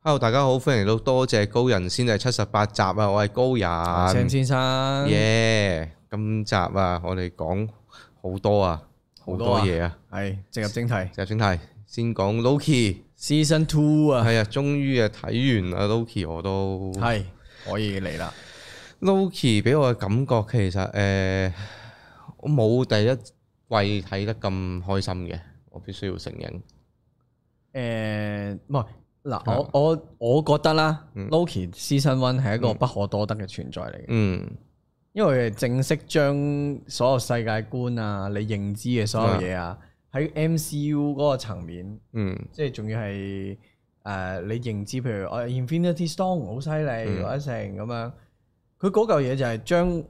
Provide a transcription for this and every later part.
Hello，大家好，歡迎嚟到多謝高人先第七十八集啊！我係高 Sam 人，先生，耶！今集啊，我哋講好多啊，好好多多啊嘢啊。係直入正題就正題，先講 Loki， ，Season Two 啊，係啊，終於啊睇完啊 Loki 我都係可以嚟啦， Loki 俾我嘅感覺其實誒、呃我冇第一季睇得咁開心嘅，我必須要承認。誒唔係嗱，我我我覺得啦，Loki Season One 係一個不可多得嘅存在嚟嘅，嗯，因為佢係正式將所有世界觀啊，你認知嘅所有嘢啊，喺 MCU 嗰個層面，嗯，即係仲要係誒你認知，譬如我 Infinity Stone 好犀利嗯或者成咁樣，佢嗰嚿嘢就係將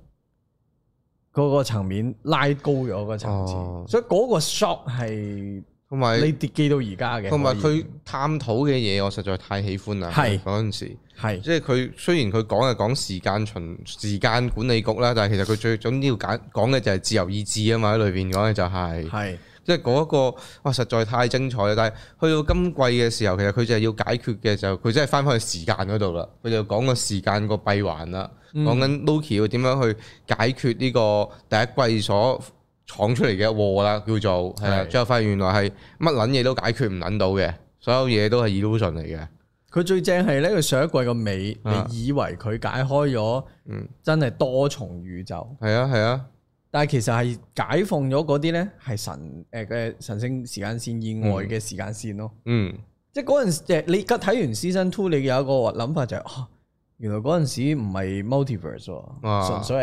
嗰個層面拉高咗個層次，哦所以嗰個 shot 係同埋你跌記到而家嘅，同埋可以佢探討嘅嘢，我實在太喜歡啦。係嗰陣時，係即係佢雖然佢講係講時間循時間管理局啦，但係其實佢最總要揀講嘅就係自由意志啊嘛，喺裏邊講嘅就係、係即係嗰一個哇，實在太精彩啦！但係去到今季嘅時候，其實佢就係要解決嘅就佢真係翻返去時間嗰度啦。佢就講個時間個閉環啦，講緊 Loki 要點樣去解決呢個第一季所闖出嚟嘅禍啦，叫做係啦。係最後發現原來係乜撚嘢都解決唔撚到嘅，所有嘢都係 illusion 嚟嘅。佢最正係咧，佢上一季個尾，啊嗯你以為佢解開咗，真係多重宇宙。係啊，係啊，但係其實係解放咗嗰啲咧，係神誒嘅、神聖時間線以外嘅時間線咯。嗯，即係嗰陣時即係你而家睇完 Season Two，你有一個諗法就係、啊，原來嗰陣時唔係 multiverse 啊喎，純粹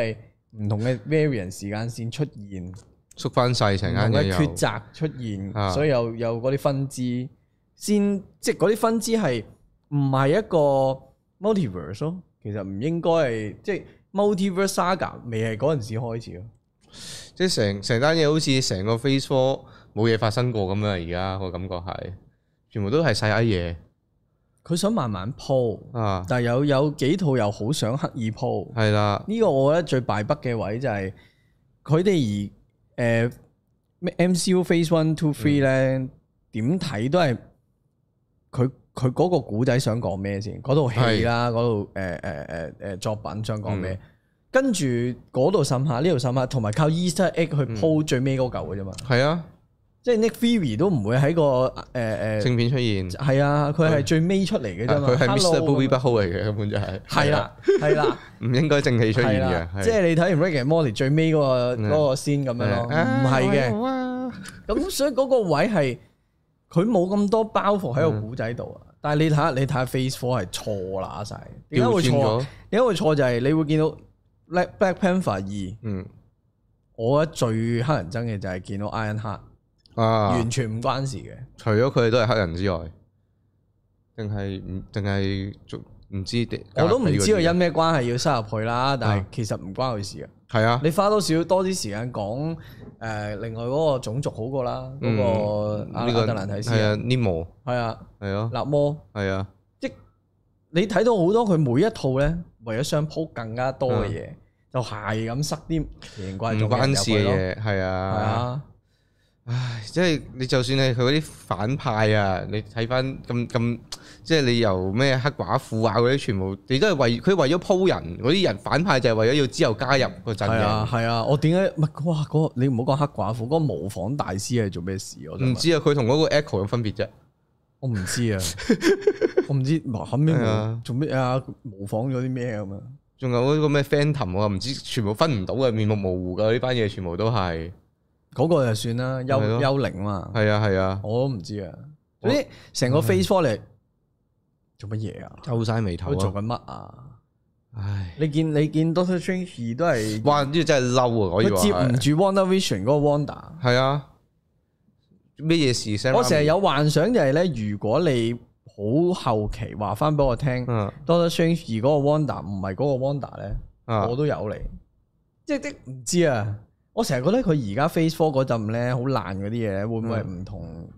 係唔同嘅 variant 時間線出現，唔縮翻細成間同嘢嘅又抉擇出現，啊所以有有嗰啲分支先，即係嗰啲分支係唔係一個 multiverse 咯？其實唔應該係即係 multiverse saga 未係嗰陣時開始咯。即係成成單嘢好似成個 Phase Four 冇嘢發生過咁樣啊！而家個感覺係全部都係細閪佢想慢慢鋪，嘢啊！但係有有幾套又好想刻意鋪。係啦，呢個我覺得最敗北嘅位就係佢哋而誒咩 MCU Phase One Two Three 咧點睇都係佢佢嗰個古仔想講咩先，嗰套戲啦，嗰套誒誒誒誒作品想講咩，跟住嗰度審下，呢度審下，同埋靠 Easter egg 去鋪最尾嗰嚿嘅啫嘛，係啊，即係 Nick Fury 都唔會喺個誒誒正片出現，係啊，嗯佢係最啊尾出嚟嘅啫嘛，佢係 Mr. Hello， Bobby 不好嚟嘅，根本就係啊係，啦係啦。唔應該正氣出係現啦，嘅，即係你睇完 Rick and Morty 最尾嗰個嗯啊嗰個先咁樣咯，唔係嘅。嘅，咁所以嗰個位係佢冇咁多包袱喺個嗯古仔度啊。但係你睇下你睇下 Phase Four 係錯啦晒，點解調會轉錯咗啊？點解會錯就係你會見到 Black Black Panther 二，嗯我覺得最乞人憎嘅就係見到 Iron Heart，啊，完全唔關事嘅。除咗佢哋都係黑人之外，定係唔定係仲唔知地我都唔知啊佢因因咩關係要塞入去啦，但啊係其實唔關佢事嘅。係啊，你花多少多啲時間講誒另外嗰個種族好過啦，嗰個阿嗯呢個阿特蘭提斯係啊人，Nemo 係啊，係咯，納摩，係啊，你睇到好多佢每一套咧，為咗想鋪更加多嘅嘢，就係咁塞啲奇形嗯唔怪狀嘅人關入事去咯。嘅嘢係係啊。啊，唉，即係你就算係佢嗰啲反派啊，你睇翻咁咁，即係你由咩黑寡婦啊嗰啲，全部你都係為佢為咗鋪人，嗰啲人反派就係為咗要之後加入個陣係啊，營。係啊，我點解唔係哇？嗰個你唔好講黑寡婦，嗰個模仿大師係做咩事？我真唔係知啊，佢同嗰個 Echo 有分別啫。我唔 知啊，我唔知後尾係啊模做咩啊？模仿咗啲咩咁啊？仲有嗰個咩 Phantom 啊我又唔知，全部分唔到啊嘅，面目模糊㗎，呢班嘢全部都係。嗰個就算啦，幽係咯幽靈嘛，係啊係啊，我都唔知啊。總之成嗯個 Face Four 嚟做乜嘢啊？皺晒眉頭佢做啊！緊乜啊？唉，你見你見 Doctor Strange 二都係哇！呢個真係嬲啊！可以佢話接唔係。住 Wonder Vision 嗰個 Wanda。係啊，咩嘢事先？我成日有幻想就係咧，如果你好後期話翻俾我聽嗯，Doctor Strange 二嗰個 Wanda 唔係嗰個 Wanda 咧，啊我都有嚟。即係即唔知啊！我成日覺得佢而家 Phase Four 嗰陣咧，好爛嗰啲嘢咧，會唔會嗯係唔同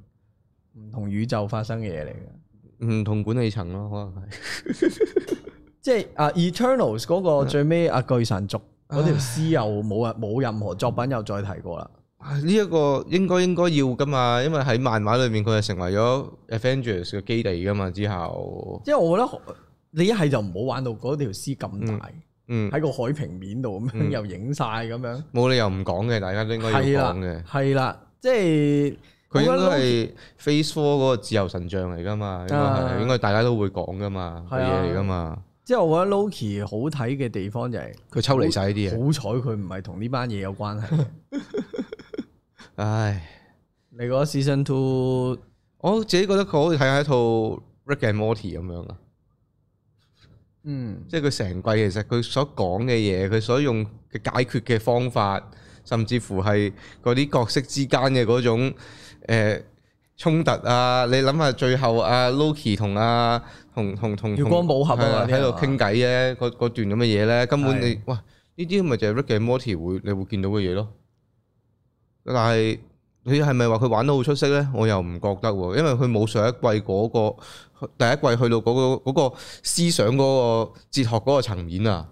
唔同宇宙發生嘅嘢嚟嘅？唔同管理層咯，可能係。即係啊，Eternals 嗯嗰個最尾啊巨神族嗰條絲又冇啊冇任何作品又再提過啦。啊呢一個應該應該要噶嘛，因為喺漫畫裏面佢係成為咗 Avengers 嘅基地噶嘛。之後，即係我覺得你一係就唔好玩到嗰條屍咁大，嗯，喺個海平面度咁樣嗯又影晒咁樣，冇理由唔講嘅，大家都應該要係啦講嘅。係啦，即係佢應該我覺得係 Phase Four 嗰個自由神像嚟噶嘛，應該啊係應該大家都會講噶嘛，係嘅啊嘢嚟噶嘛。即係我覺得 Loki 好睇嘅地方就係佢抽離晒呢啲嘢，好彩佢唔係同呢班嘢有關係。 唉，你覺得 Season Two 我自己覺得佢好似睇下一套 Rick and Morty 咁樣啊，嗯即係佢成季其實佢所講嘅嘢，佢所用嘅解決嘅方法，甚至乎係嗰啲角色之間嘅嗰種誒衝突啊！你諗下最後啊 Loki 同啊同同同月光寶盒係啊嗰啲係喺度嘛傾偈咧，嗰嗰段咁嘅嘢咧，根本係你哇呢啲咪就係 Rick and Morty 會你會見到嘅嘢咯。但係你係咪話佢玩得好出色咧？我又唔覺得喎，因為佢冇上一季嗰、個第一季去到嗰、個嗰個思想嗰個哲學嗰個層面啊。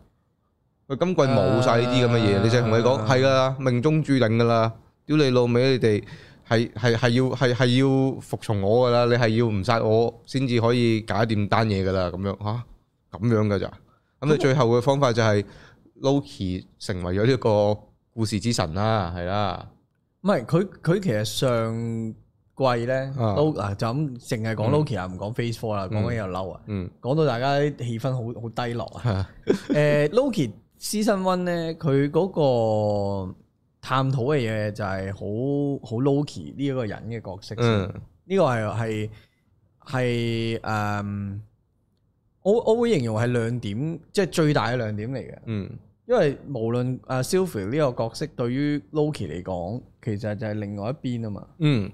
佢今季冇晒呢啲咁嘅嘢，啊你就同佢講係㗎啦，命中注定㗎啦，屌你老味，你哋係係係要係係要服從我㗎啦，你係要唔殺我先至可以搞掂單嘢㗎啦，咁樣吓，咁樣㗎咋？咁你最後嘅方法就係 Loki 成為咗呢個故事之神啦，係啦，唔係佢佢其實上季咧啊都嗱就咁淨係講 Loki 啊，唔講 Phase Four 啦，講緊又嬲啊，嗯，講到大家氣氛好好低落 啊。係誒 Loki Season One 咧，佢嗰個探討嘅嘢就係好好 Loki 呢一個人嘅角色先。嗯呢個係係係誒，嗯我我會形容係亮點，即係最大嘅亮點嚟嘅。嗯因為無論啊 Sylvie 呢個角色對於 Loki 嚟講，其實就係另外一邊啊嘛。嗯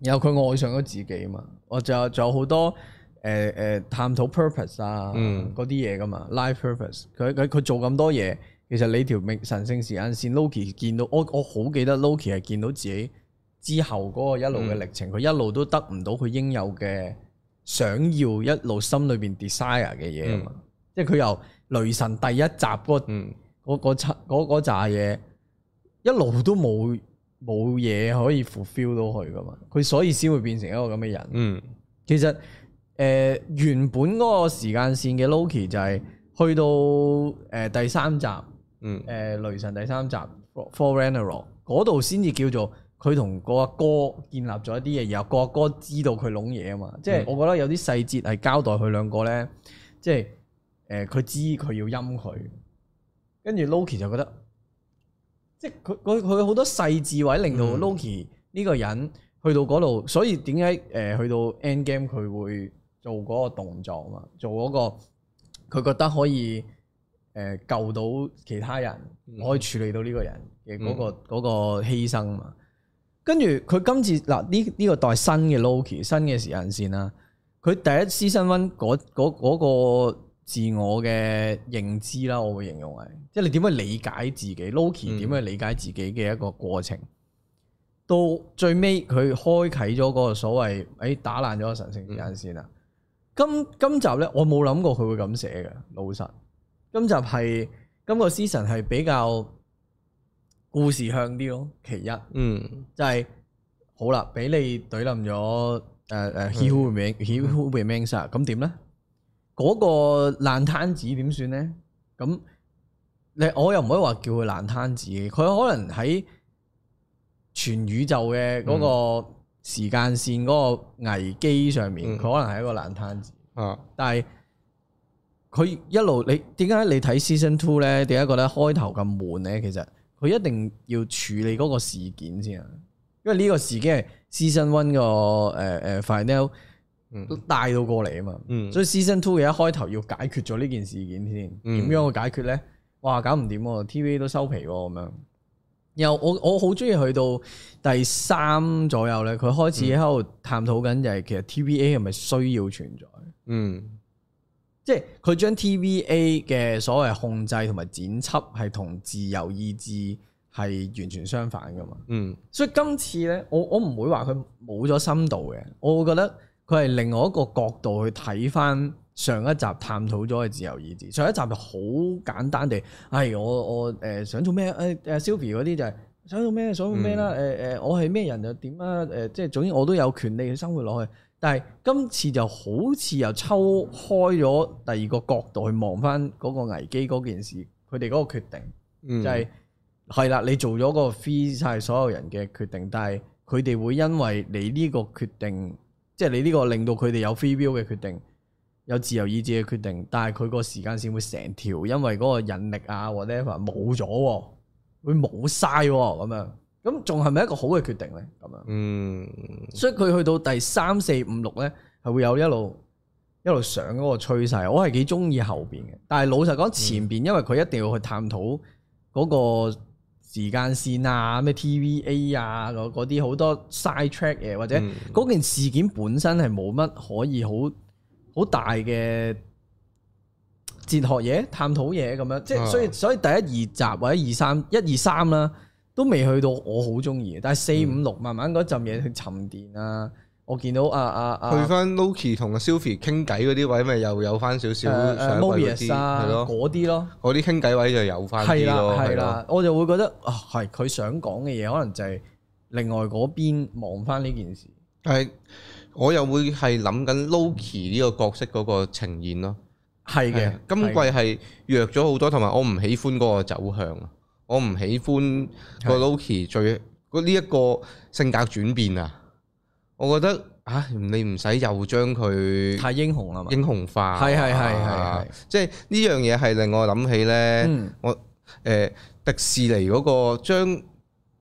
然後佢愛上咗自己啊嘛。我仲有仲有好多誒誒、呃探討 purpose 啊嗯嗰啲嘢噶嘛，life purpose。佢佢佢做咁多嘢，其實你條命神聖時間線 Loki 見到我我好記得 Loki 係見到自己之後嗰個一路嘅歷程，佢、一路都得唔到佢應有嘅想要，一路心裏邊 desire 嘅嘢啊嘛。即係佢由雷神第一集嗰、個。嗯嗰嗰七嗰嗰扎嘢一路都冇冇嘢可以 fulfill 到佢噶嘛，佢所以先會變成一個咁嘅人。嗯其實誒、呃原本嗰個時間線嘅 Loki 就係去到誒、呃第三集誒、嗯呃雷神第三集 For r a n a r o 嗰度先至叫做佢同個阿哥建立咗一啲嘢，然後個阿哥知道佢攏嘢啊嘛，即係嗯我覺得有啲細節係交代佢兩個咧，即係誒佢知佢要陰佢，跟住 Loki 就覺得，即係佢佢佢好多細緻位令到嗯 Loki 呢個人去到嗰度，所以點解誒呃去到 End Game 佢會做嗰個動作嘛，做嗰、個佢覺得可以誒、呃救到其他人，嗯可以處理到呢個人嘅嗰、個嗰、個犧牲嘛。跟住佢今次嗱呢呢個代新嘅 Loki 新嘅時間線啦，佢第一 season one 嗰嗰嗰個自我嘅認知啦，我會形容係，即係你點去理解自己 Loki 嗯點去理解自己嘅一個過程。到最尾佢開啟咗嗰個所謂誒、哎打爛咗個神聖時間線啦。今今集咧，我冇諗過佢會咁寫嘅，老實。今集係今個 season 係比較故事向啲咯，其一。嗯就係、好啦，俾你懟冧咗誒誒 He Who Remains He Who Remains 啊咁點咧？嗰、個爛攤子點算咧？咁你我又唔可以話叫佢爛攤子嘅，佢可能喺全宇宙嘅嗰個時間線嗰個危機上面，嗯佢、可能係一個爛攤子。啊但係佢一路你點解你睇 season two 咧？點解覺得開頭咁悶咧？其實佢一定要處理嗰個事件先啊，因為呢個事件係 season one 個誒誒 final 嗯帶到過嚟啊嘛，嗯所以 season two 嘅一開頭要解決咗呢件事件先，點嗯樣去解決咧？哇，搞唔掂喎，TV 都收皮喎咁樣。然後我我好中意去到第三左右咧，佢開始喺度探討緊就係其實 TVA 係咪需要存在？嗯即係佢將 TVA 嘅所謂控制同埋剪輯係同自由意志係完全相反噶嘛，嗯所以今次咧，我我唔會話佢冇咗深度嘅，我會覺得佢係另外一個角度去睇翻上一集探討咗嘅自由意志。哎上一集就好簡單地，係、我我誒、呃想做咩誒誒 Sylvie 嗰啲就係、想到咩想到咩啦，誒誒、我係咩人又點啊？誒、即係總之我都有權利去生活落去。但係今次就好似又抽開咗第二個角度去望翻嗰個危機嗰件事，佢哋嗰個決定。嗯就係係啦，你做咗個 free 晒所有人嘅決定，但係佢哋會因為你呢個決定，即係你呢個令到佢哋有 free will 嘅決定，有自由意志嘅決定，但係佢個時間線會成條，因為嗰個引力啊 whatever 冇咗喎，會冇晒喎咁樣，咁仲係咪一個好嘅決定呢？咁樣，嗯所以佢去到第三四五六呢，係會有一路。一路上嗰個趨勢，我係幾中意後邊嘅。但係老實講，嗯前邊因為佢一定要去探討嗰個時間線啊、咩 TVA 啊嗰嗰啲好多 side track 嘢，或者嗯嗰件事件本身係冇乜可以好好大嘅哲學嘢、探討嘢咁樣。即係啊所以所以第一二集或者二三一二三啦，都未去到我好中意嘅。但係四嗯五六慢慢嗰陣嘢去沉澱啊，我見到啊啊啊去翻 Loki 同阿 Sylvie 傾偈嗰啲位，咪又有翻少少上一誒誒季嗰 Mobius 啲，啊係咯，嗰啲咯，嗰啲傾偈位就有翻係啲啦咯，係係咯，啦，我就會覺得啊係佢想講嘅嘢，可能就係另外嗰邊望翻呢件事。但係我又會係諗緊 Loki 呢個角色嗰個呈現咯。係嘅係，啊今季係嘅係弱咗好多，同埋我唔喜歡嗰個走向啊！我唔喜歡個係 Loki 最嗰呢一個性格轉變啊！我覺得啊，你唔使又將佢太英雄啦嘛，英雄化啊，啊係係係係係即係呢樣嘢係令我諗起咧。嗯誒、迪士尼嗰、個將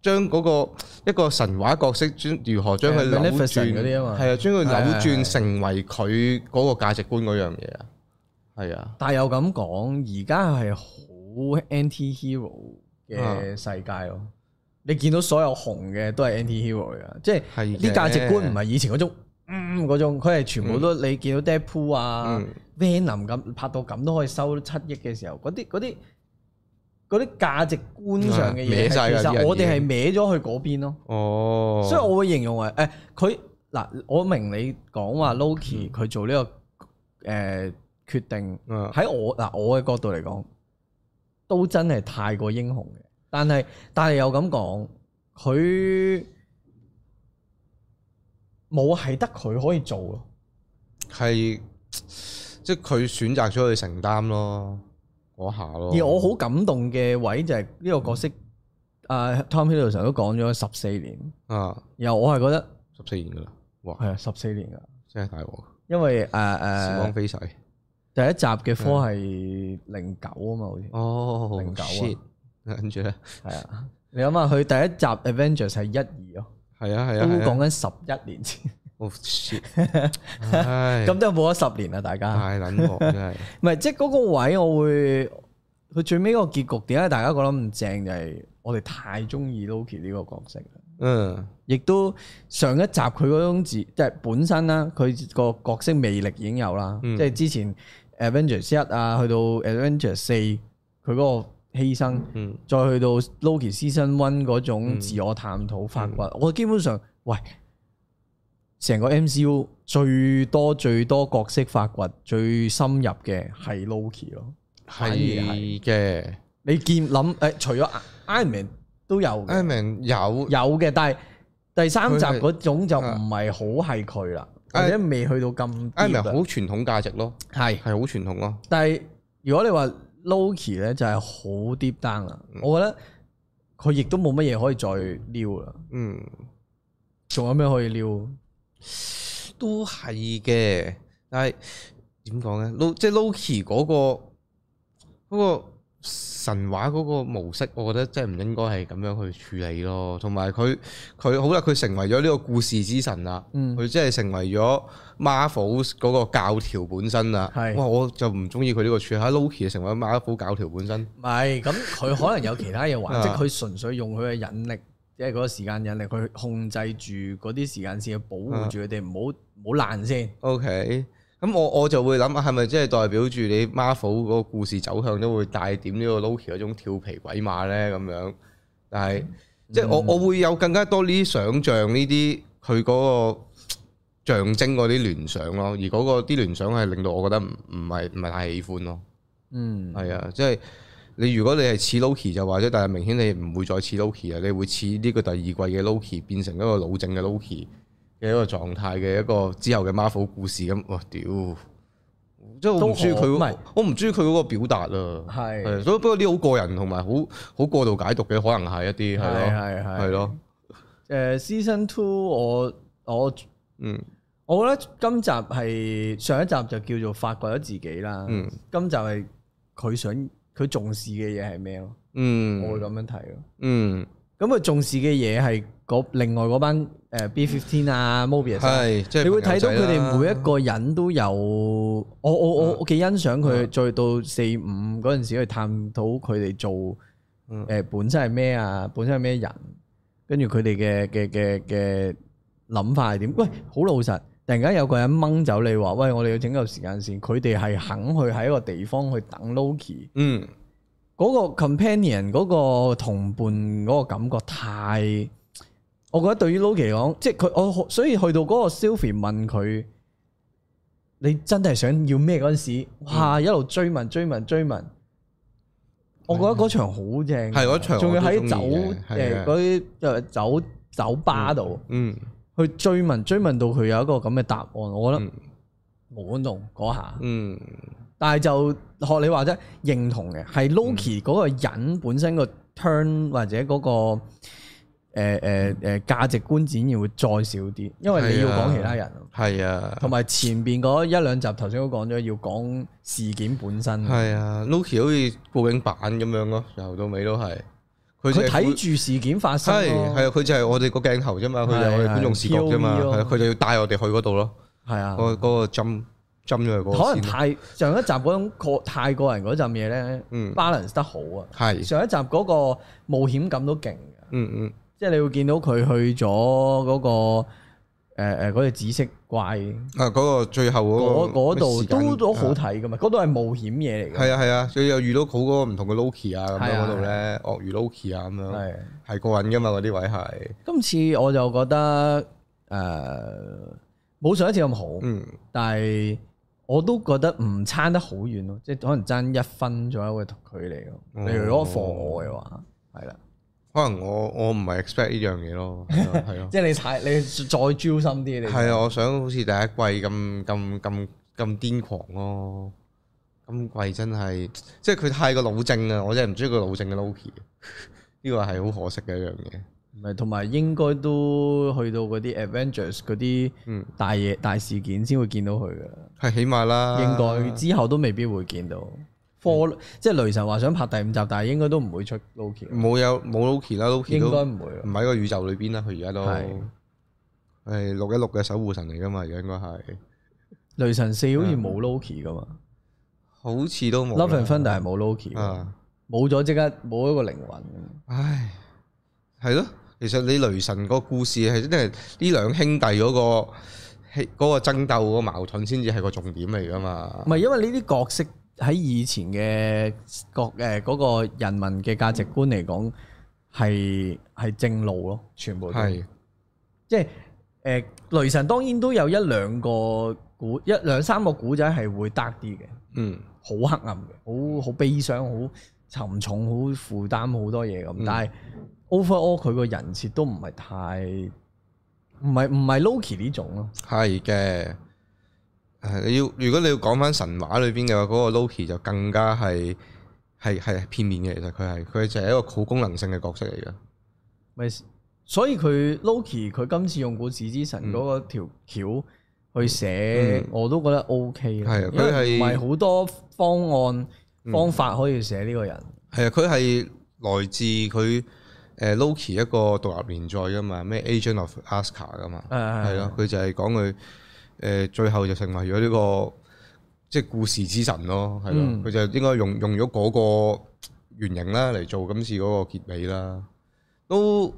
將嗰個一個神話角色，將如何將佢誒扭 Maleficent 轉嗰啲啊嘛係啊，將佢扭係係轉係成為佢嗰個價值觀嗰樣嘢啊，係啊，但又咁講，而家係好 anti hero 啊嘅世界咯。你見到所有紅嘅都係 anti hero 嚟噶，即係係啲嘅價值觀唔係啊以前嗰種嗯嗰種，佢係全部都你見到 Deadpool 啊、嗯 Venom 咁拍到咁都可以收七億嘅時候，嗰啲嗰啲嗰啲價值觀上嘅嘢，啊歪晒㗎其啲人實已我哋係經歪咗去嗰邊咯。哦，所以我會形容為誒佢嗱，我明你講話 Loki 佢做呢、個誒、呃、決定，嗯喺我嗱我嘅角度嚟講，都真係太過英雄嘅。但係但係又咁講，佢冇係得佢可以做咯。係即係佢選擇咗去承擔咯，嗰下咯。而我好感動嘅位就係呢個角色，嗯啊 Tom Hiddleston 都講咗十四年，啊然後我係覺得十四年噶啦，哇，係啊十四年噶，真係大鑊，因為誒誒。時呃光嗯飛逝。第一集嘅科係零九啊嘛，好似哦，零九啊 shit，跟住咧，係啊。你諗下，佢第一集 Avengers 係一二咯，係啊係都啊，係啊講緊十一年前，哦 shit，唉咁啊都冇咗十年啦，大家。太撚惡真係，唔係，即係嗰個位，我會佢最尾嗰個結局點解大家覺得咁正，就係我哋太中意 Loki 呢個角色啦。嗯亦都上一集佢嗰種自即係本身啦，佢個角色魅力已經有啦，嗯即係之前 Avengers 一啊，去到 Avengers 四，佢嗰個犧牲，嗯再去到 Loki Season One 嗰種自我探討發掘，嗯我基本上喂，成個 MCU 最多最多角色發掘最深入嘅係 Loki 咯，反而係係嘅你見諗誒、除咗 Iron Man 都有嘅。 ，Iron Man 有有嘅，但係第三集佢係嗰種就唔係好係佢啦，啊或者未去到咁 Iron Man deep 啊好傳統價值咯，係係。好傳統咯，但係如果你話 Loki 咧，就係好 deep down 啦。嗯我覺得佢亦都冇乜嘢可以再撩啦。嗯。仲有咩可以撩？都係嘅，但係點講咧？Lo 即係 Loki 嗰、個嗰、個神話嗰個模式，我覺得真係唔應該係咁樣去處理咯。同埋佢佢好啦，佢成為咗呢個故事之神啦，嗯佢真係成為咗 Marvel 嗰個教條本身啦。係哇！我就唔中意佢呢個處理嚇，Loki 成為 Marvel 教條本身。唔係咁， 佢可能有其他嘢玩，啊即係佢純粹用佢嘅引力，即係嗰個時間引力，去控制住嗰啲時間線，去保護住佢哋，唔好唔好爛先。 OK，咁我我就會諗啊，係咪即係代表住你 Marvel 嗰個故事走向都會帶點呢個 Loki 嗰種跳皮鬼馬咧咁樣？但係即係我我會有更加多呢啲想像呢啲佢嗰個象徵嗰啲聯想咯，而嗰個啲聯想係令到我覺得唔唔係唔係太喜歡咯。嗯，係啊，即係你如果你係似 Loki 就或者，但係明顯你唔會再似 Loki 啊，你會似呢個第二季嘅 Loki 變成一個老正嘅 Loki 嘅一個狀態嘅一個之後嘅 Marvel 故事咁，哇屌！即係我唔都中意佢嗰唔係個，我唔中意佢嗰個表達啊。係係，所以不過啲好個人同埋好好過度解讀嘅，可能係一啲係咯，係係係咯，誒 season two 我我嗯我覺得今集係上一集就叫做發掘咗自己啦，嗯今集係佢想佢重視嘅嘢係咩咯？我嗯會咁樣睇咯。嗯，咁佢重視嘅嘢係嗰另外嗰班誒 B fifteen 啊 Mobius 啊係即係你會睇到佢哋每一一個人都有，我我嗯我我幾欣賞佢，再到四五嗰陣時去探討佢哋做誒、嗯本身係咩啊，本身係咩人，跟住佢哋嘅嘅嘅嘅諗法係點？喂，好老實，突然間有個人掹走你話，喂，我哋要拯救時間線，佢哋係肯去喺一個地方去等 Loki，嗯嗰個 companion 嗰個同伴嗰個感覺太，我覺得對於 Loki 嚟講，即係佢我所以去到嗰個 Sylvie 問佢，你真係想要咩嗰陣時，哇嗯一路追問追問追問，我覺得嗰場好正，嗯係嗰場仲要我都喺鍾意酒嘅係誒啊嗰啲誒酒酒吧度嗯去追問追問到佢有一個咁嘅答案，我覺得嗯冇感動嗰下。嗯但係就學你話啫，認同嘅嗯係 Loki 嗰個人本身個 turn 或者嗰、個誒誒誒價值觀展現會再少啲，因為你要係啊講其他人，係啊。同埋前邊嗰一兩集頭先都講咗，要講事件本身，佢係啊，Loki 好似報警版咁樣咯，由到尾都係。佢就係睇住事件發生係咯，係啊，佢就係我哋個鏡頭啫嘛，佢就係我哋係觀眾視覺啫嘛， POV 咯係啊佢就要帶我哋去嗰度咯，係啊，嗰嗰個針針咗去嗰可個能先。太上一集嗰種個太過人嗰陣嘢咧嗯，balance 得好啊，係，上一集嗰個冒險感都勁嘅。嗯嗯即係你會見到佢去咗嗰、個誒誒嗰隻紫色怪啊，嗰個最後嗰嗰個嗰度時間都都好。啊睇噶嘛，嗰度係冒險嘢嚟嘅，係啊係啊，佢又遇到好嗰個唔同嘅 Loki 啊咁係樣啊嗰度咧，鱷魚 Loki 啊咁樣，係係過癮噶嘛嗰啲位係，今次我就覺得誒冇、上一次咁好，嗯但係我都覺得唔差得好遠咯，即係可能爭一分左右嘅距離咯。哦你如果放我嘅話，係啦，可能我我唔係 expect 呢樣嘢咯，係咯係咯。即係你睇你再專心啲，你係啊，我想好似第一季咁咁咁咁癲狂咯。今季真係，即係佢太過老正啊！我真係唔中意個老正嘅 Loki，呢 個係好可惜嘅一樣嘢。唔係，同埋應該都去到嗰啲 Avengers 嗰啲嗯大嘢、大事件先會見到佢噶，係起碼啦，應該之後都未必會見到。科嗯即係雷神話想拍第五集，但係應該都唔會出 Loki，冇有冇 Loki 啦，Loki 應都嗯該唔唔會咯。喺個宇宙裏邊啦。佢而家都係係六一六嘅守護神嚟噶嘛，而家應該係雷神四好似冇 Loki 噶嘛好似都冇啦。 ，Love and Thunder 係冇 Loki，㗎啊！冇咗即刻冇一個靈魂。唉，係咯，其實你雷神個故事係真係呢兩兄弟嗰、個氣嗰、個爭鬥嗰個矛盾先至係個重點嚟噶嘛唔。係因為呢啲角色喺以前嘅角誒嗰個人民嘅價值觀嚟講，係係正路咯，全部都係，即係誒、呃雷神當然都有一兩個古一兩三個古仔係會得啲嗯嘅，好黑暗嘅，好好悲傷，好沉重，好負擔好多嘢咁。嗯但係 overall 佢個人設都唔係太唔係唔係 Loki 呢種咯，係嘅。係你要如果你要講翻神話裏邊嘅話，嗰、個 Loki 就更加係係係片面嘅。其實佢係佢就係一個好功能性嘅角色嚟嘅。咪所以佢 Loki 佢今次用故事之神嗰個條橋。去寫、嗯我都覺得 O K 啦，係啊因為佢係嗯唔係好多方案、方法可以寫呢個人，係啊，佢係來自佢誒 Loki 一個獨立連載噶嘛，咩 Agent of Aska 噶嘛，係係係啊咯，佢就係講佢誒最後就成為咗呢個即係故事之神咯，係咯，嗯佢就應該用用咗嗰個原型啦嚟做今次嗰個結尾啦，都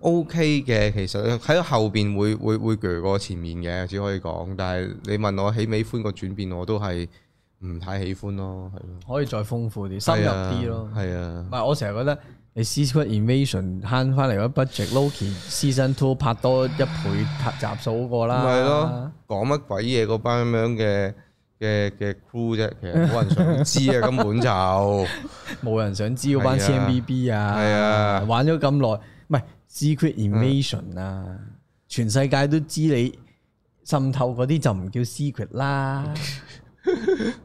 OK 嘅，其實喺後邊會會會鋸過前面嘅，只可以講，但係你問我喜唔喜歡個轉變，我都係唔太喜歡咯，係咯，可以再豐富啲、深入啲咯。係啊唔。係，我成日覺得你 Secret Invasion 慳翻嚟嗰 budget Loki Season Two 拍多一倍拍集數過啦。咪係咯，講乜鬼嘢嗰班咁樣嘅嘅嘅 crew 啫，其實冇人想知 啊，根本就冇人想知嗰班係啊 CMBB 啊，係啊嗯玩咗咁耐，唔係 secret invasion 啊，全世界都知你滲透嗰啲就唔叫 secret 啦，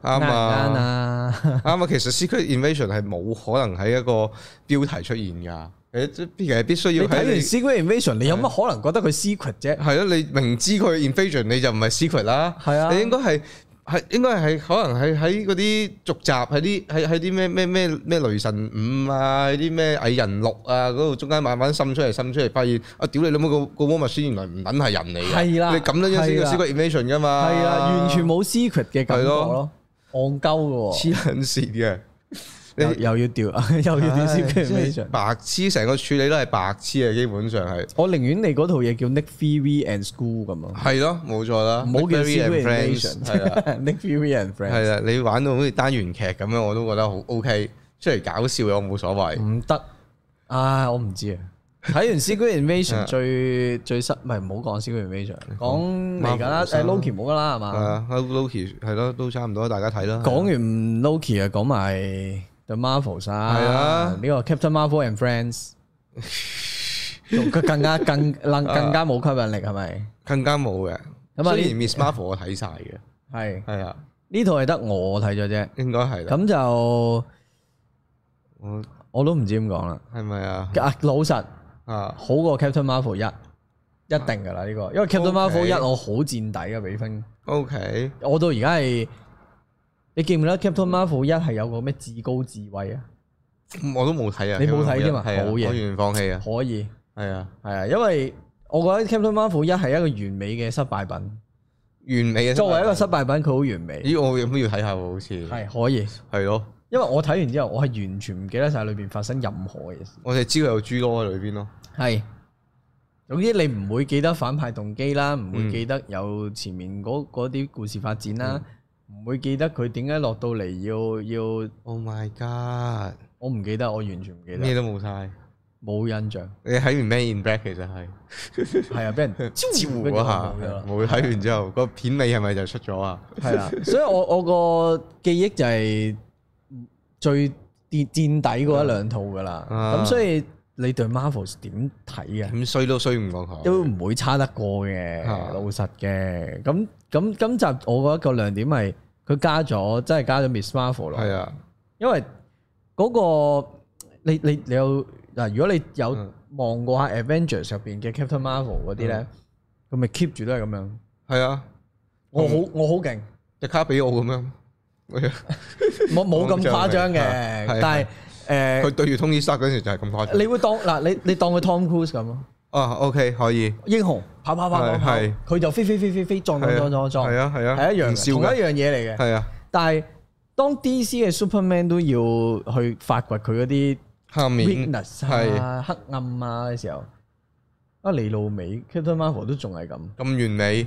呃啱啱唔啱啊，啊？啱啊。其實 secret invasion 係冇可能喺一個標題出現㗎，誒即其實必須你要睇完喺你 secret invasion，你有乜可能覺得佢 secret 啫？係咯，你明知佢 invasion 你就唔係 secret 啦，係啊你應該係。係應該係可能係喺嗰啲續集，喺啲喺喺啲咩咩咩咩雷神五啊，喺啲咩蟻人六啊嗰度中間慢慢滲出嚟，滲出嚟，發現啊屌你老母個個 War Machine 原來唔撚係人嚟嘅，係啦你咁樣先係叫啦 secret invasion 噶嘛，係啊，完全冇 secret 嘅感覺咯，戇鳩嘅黐撚線嘅，你喎，又又要調 又要調 secret 唉即 invasion 係。白痴，成個處理都係白痴嘅，基本上係我寧願你嗰套嘢叫 Nick Fury and School 咁啊，係咯，冇錯啦，唔好叫 Blackberry Secret and Friends， Invasion 係啊啦。 Nick Fury and 係 Friends 啦，你玩到好似單元劇咁樣，我都覺得好 OK，出嚟搞笑嘅我冇所謂。唔得啊！我唔知啊。睇完 Secret 啊 Invasion 最最失，唔係唔好講 Secret Invasion，講嚟緊啦，嗯 Marvel 誒 Loki 冇㗎啦係係嘛？啊，Loki 係咯，都差唔多，大家睇啦。嗯講完 Loki 啊，講埋 The Marvels 啊，係啊呢個 Captain Marvel and Friends，仲更加更更啊更加冇吸引力係咪？更加冇嘅。咁啊雖呢然 Miss Marvel 我睇晒嘅，係係啊，呢套係得我睇咗啫，應該係啦。咁就我我都唔知點講啦。係咪啊？啊，老實。啊，好過 Captain Marvel 一，一定噶啦呢個，因為 Captain Marvel OK 一我好墊底嘅比分， OK，我到而家係，你記唔記得 Captain Marvel 一係有個咩至高智慧啊？我都冇睇啊。你冇睇啫嘛係啊好嘢我完全放棄啊。可以係啊，係啊，因為我覺得 Captain Marvel 一係一個完美嘅失敗品，完美嘅。作為一個失敗品，佢好完美，咦，我有冇要睇下喎？好似係可以，係咯，因為我睇完之後，我係完全唔記得晒裏邊發生任何嘅事，我哋知道有豬咯喺裏邊咯。係。總之你唔會記得反派動機啦，唔會嗯記得有前面嗰嗰啲故事發展啦，嗯唔會記得佢點解落到嚟要要 Oh my god，我唔記得，我完全唔記咩得，都冇晒。冇印象。你睇完 Man in Black 其實係。係啊，俾人招招跟住嗰我下冇咗啦，冇睇完之後，個片尾係咪就出咗 啊？係啦。所以我我個記憶就係最跌墊底嗰一兩套噶啦。嗯啊咁所以你對 Marvels 點睇啊？咁衰都衰唔過佢。都唔會差得過嘅，啊老實嘅。咁咁今集我覺得個亮點係佢加咗，真係加咗 Miss Marvel 咯。係啊，因為嗰、個你你你有嗱，如果你有嗯望過下 Avengers 入邊嘅 Captain Marvel 嗰啲咧，佢咪 keep 住都係咁樣。係啊，我好我好勁，迪卡比奧咁 樣，冇冇咁誇張嘅係，係但係誒、佢對住 Tony Stark 嗰陣時就係咁誇張。你會當嗱你你當佢 Tom Cruise 咁咯，啊，OK 可以，英雄跑跑跑跑係跑係，佢就飛飛飛飛飛撞撞係啊撞撞撞，係啊係啊係一樣唔嘅笑同一㗎樣嘢嚟嘅。係啊，但係當 DC 嘅 Superman 都要去發掘佢嗰啲下面 weakness 係啊、黑暗啊嘅時候，啊李路美 Captain Marvel 都仲係咁，咁完美，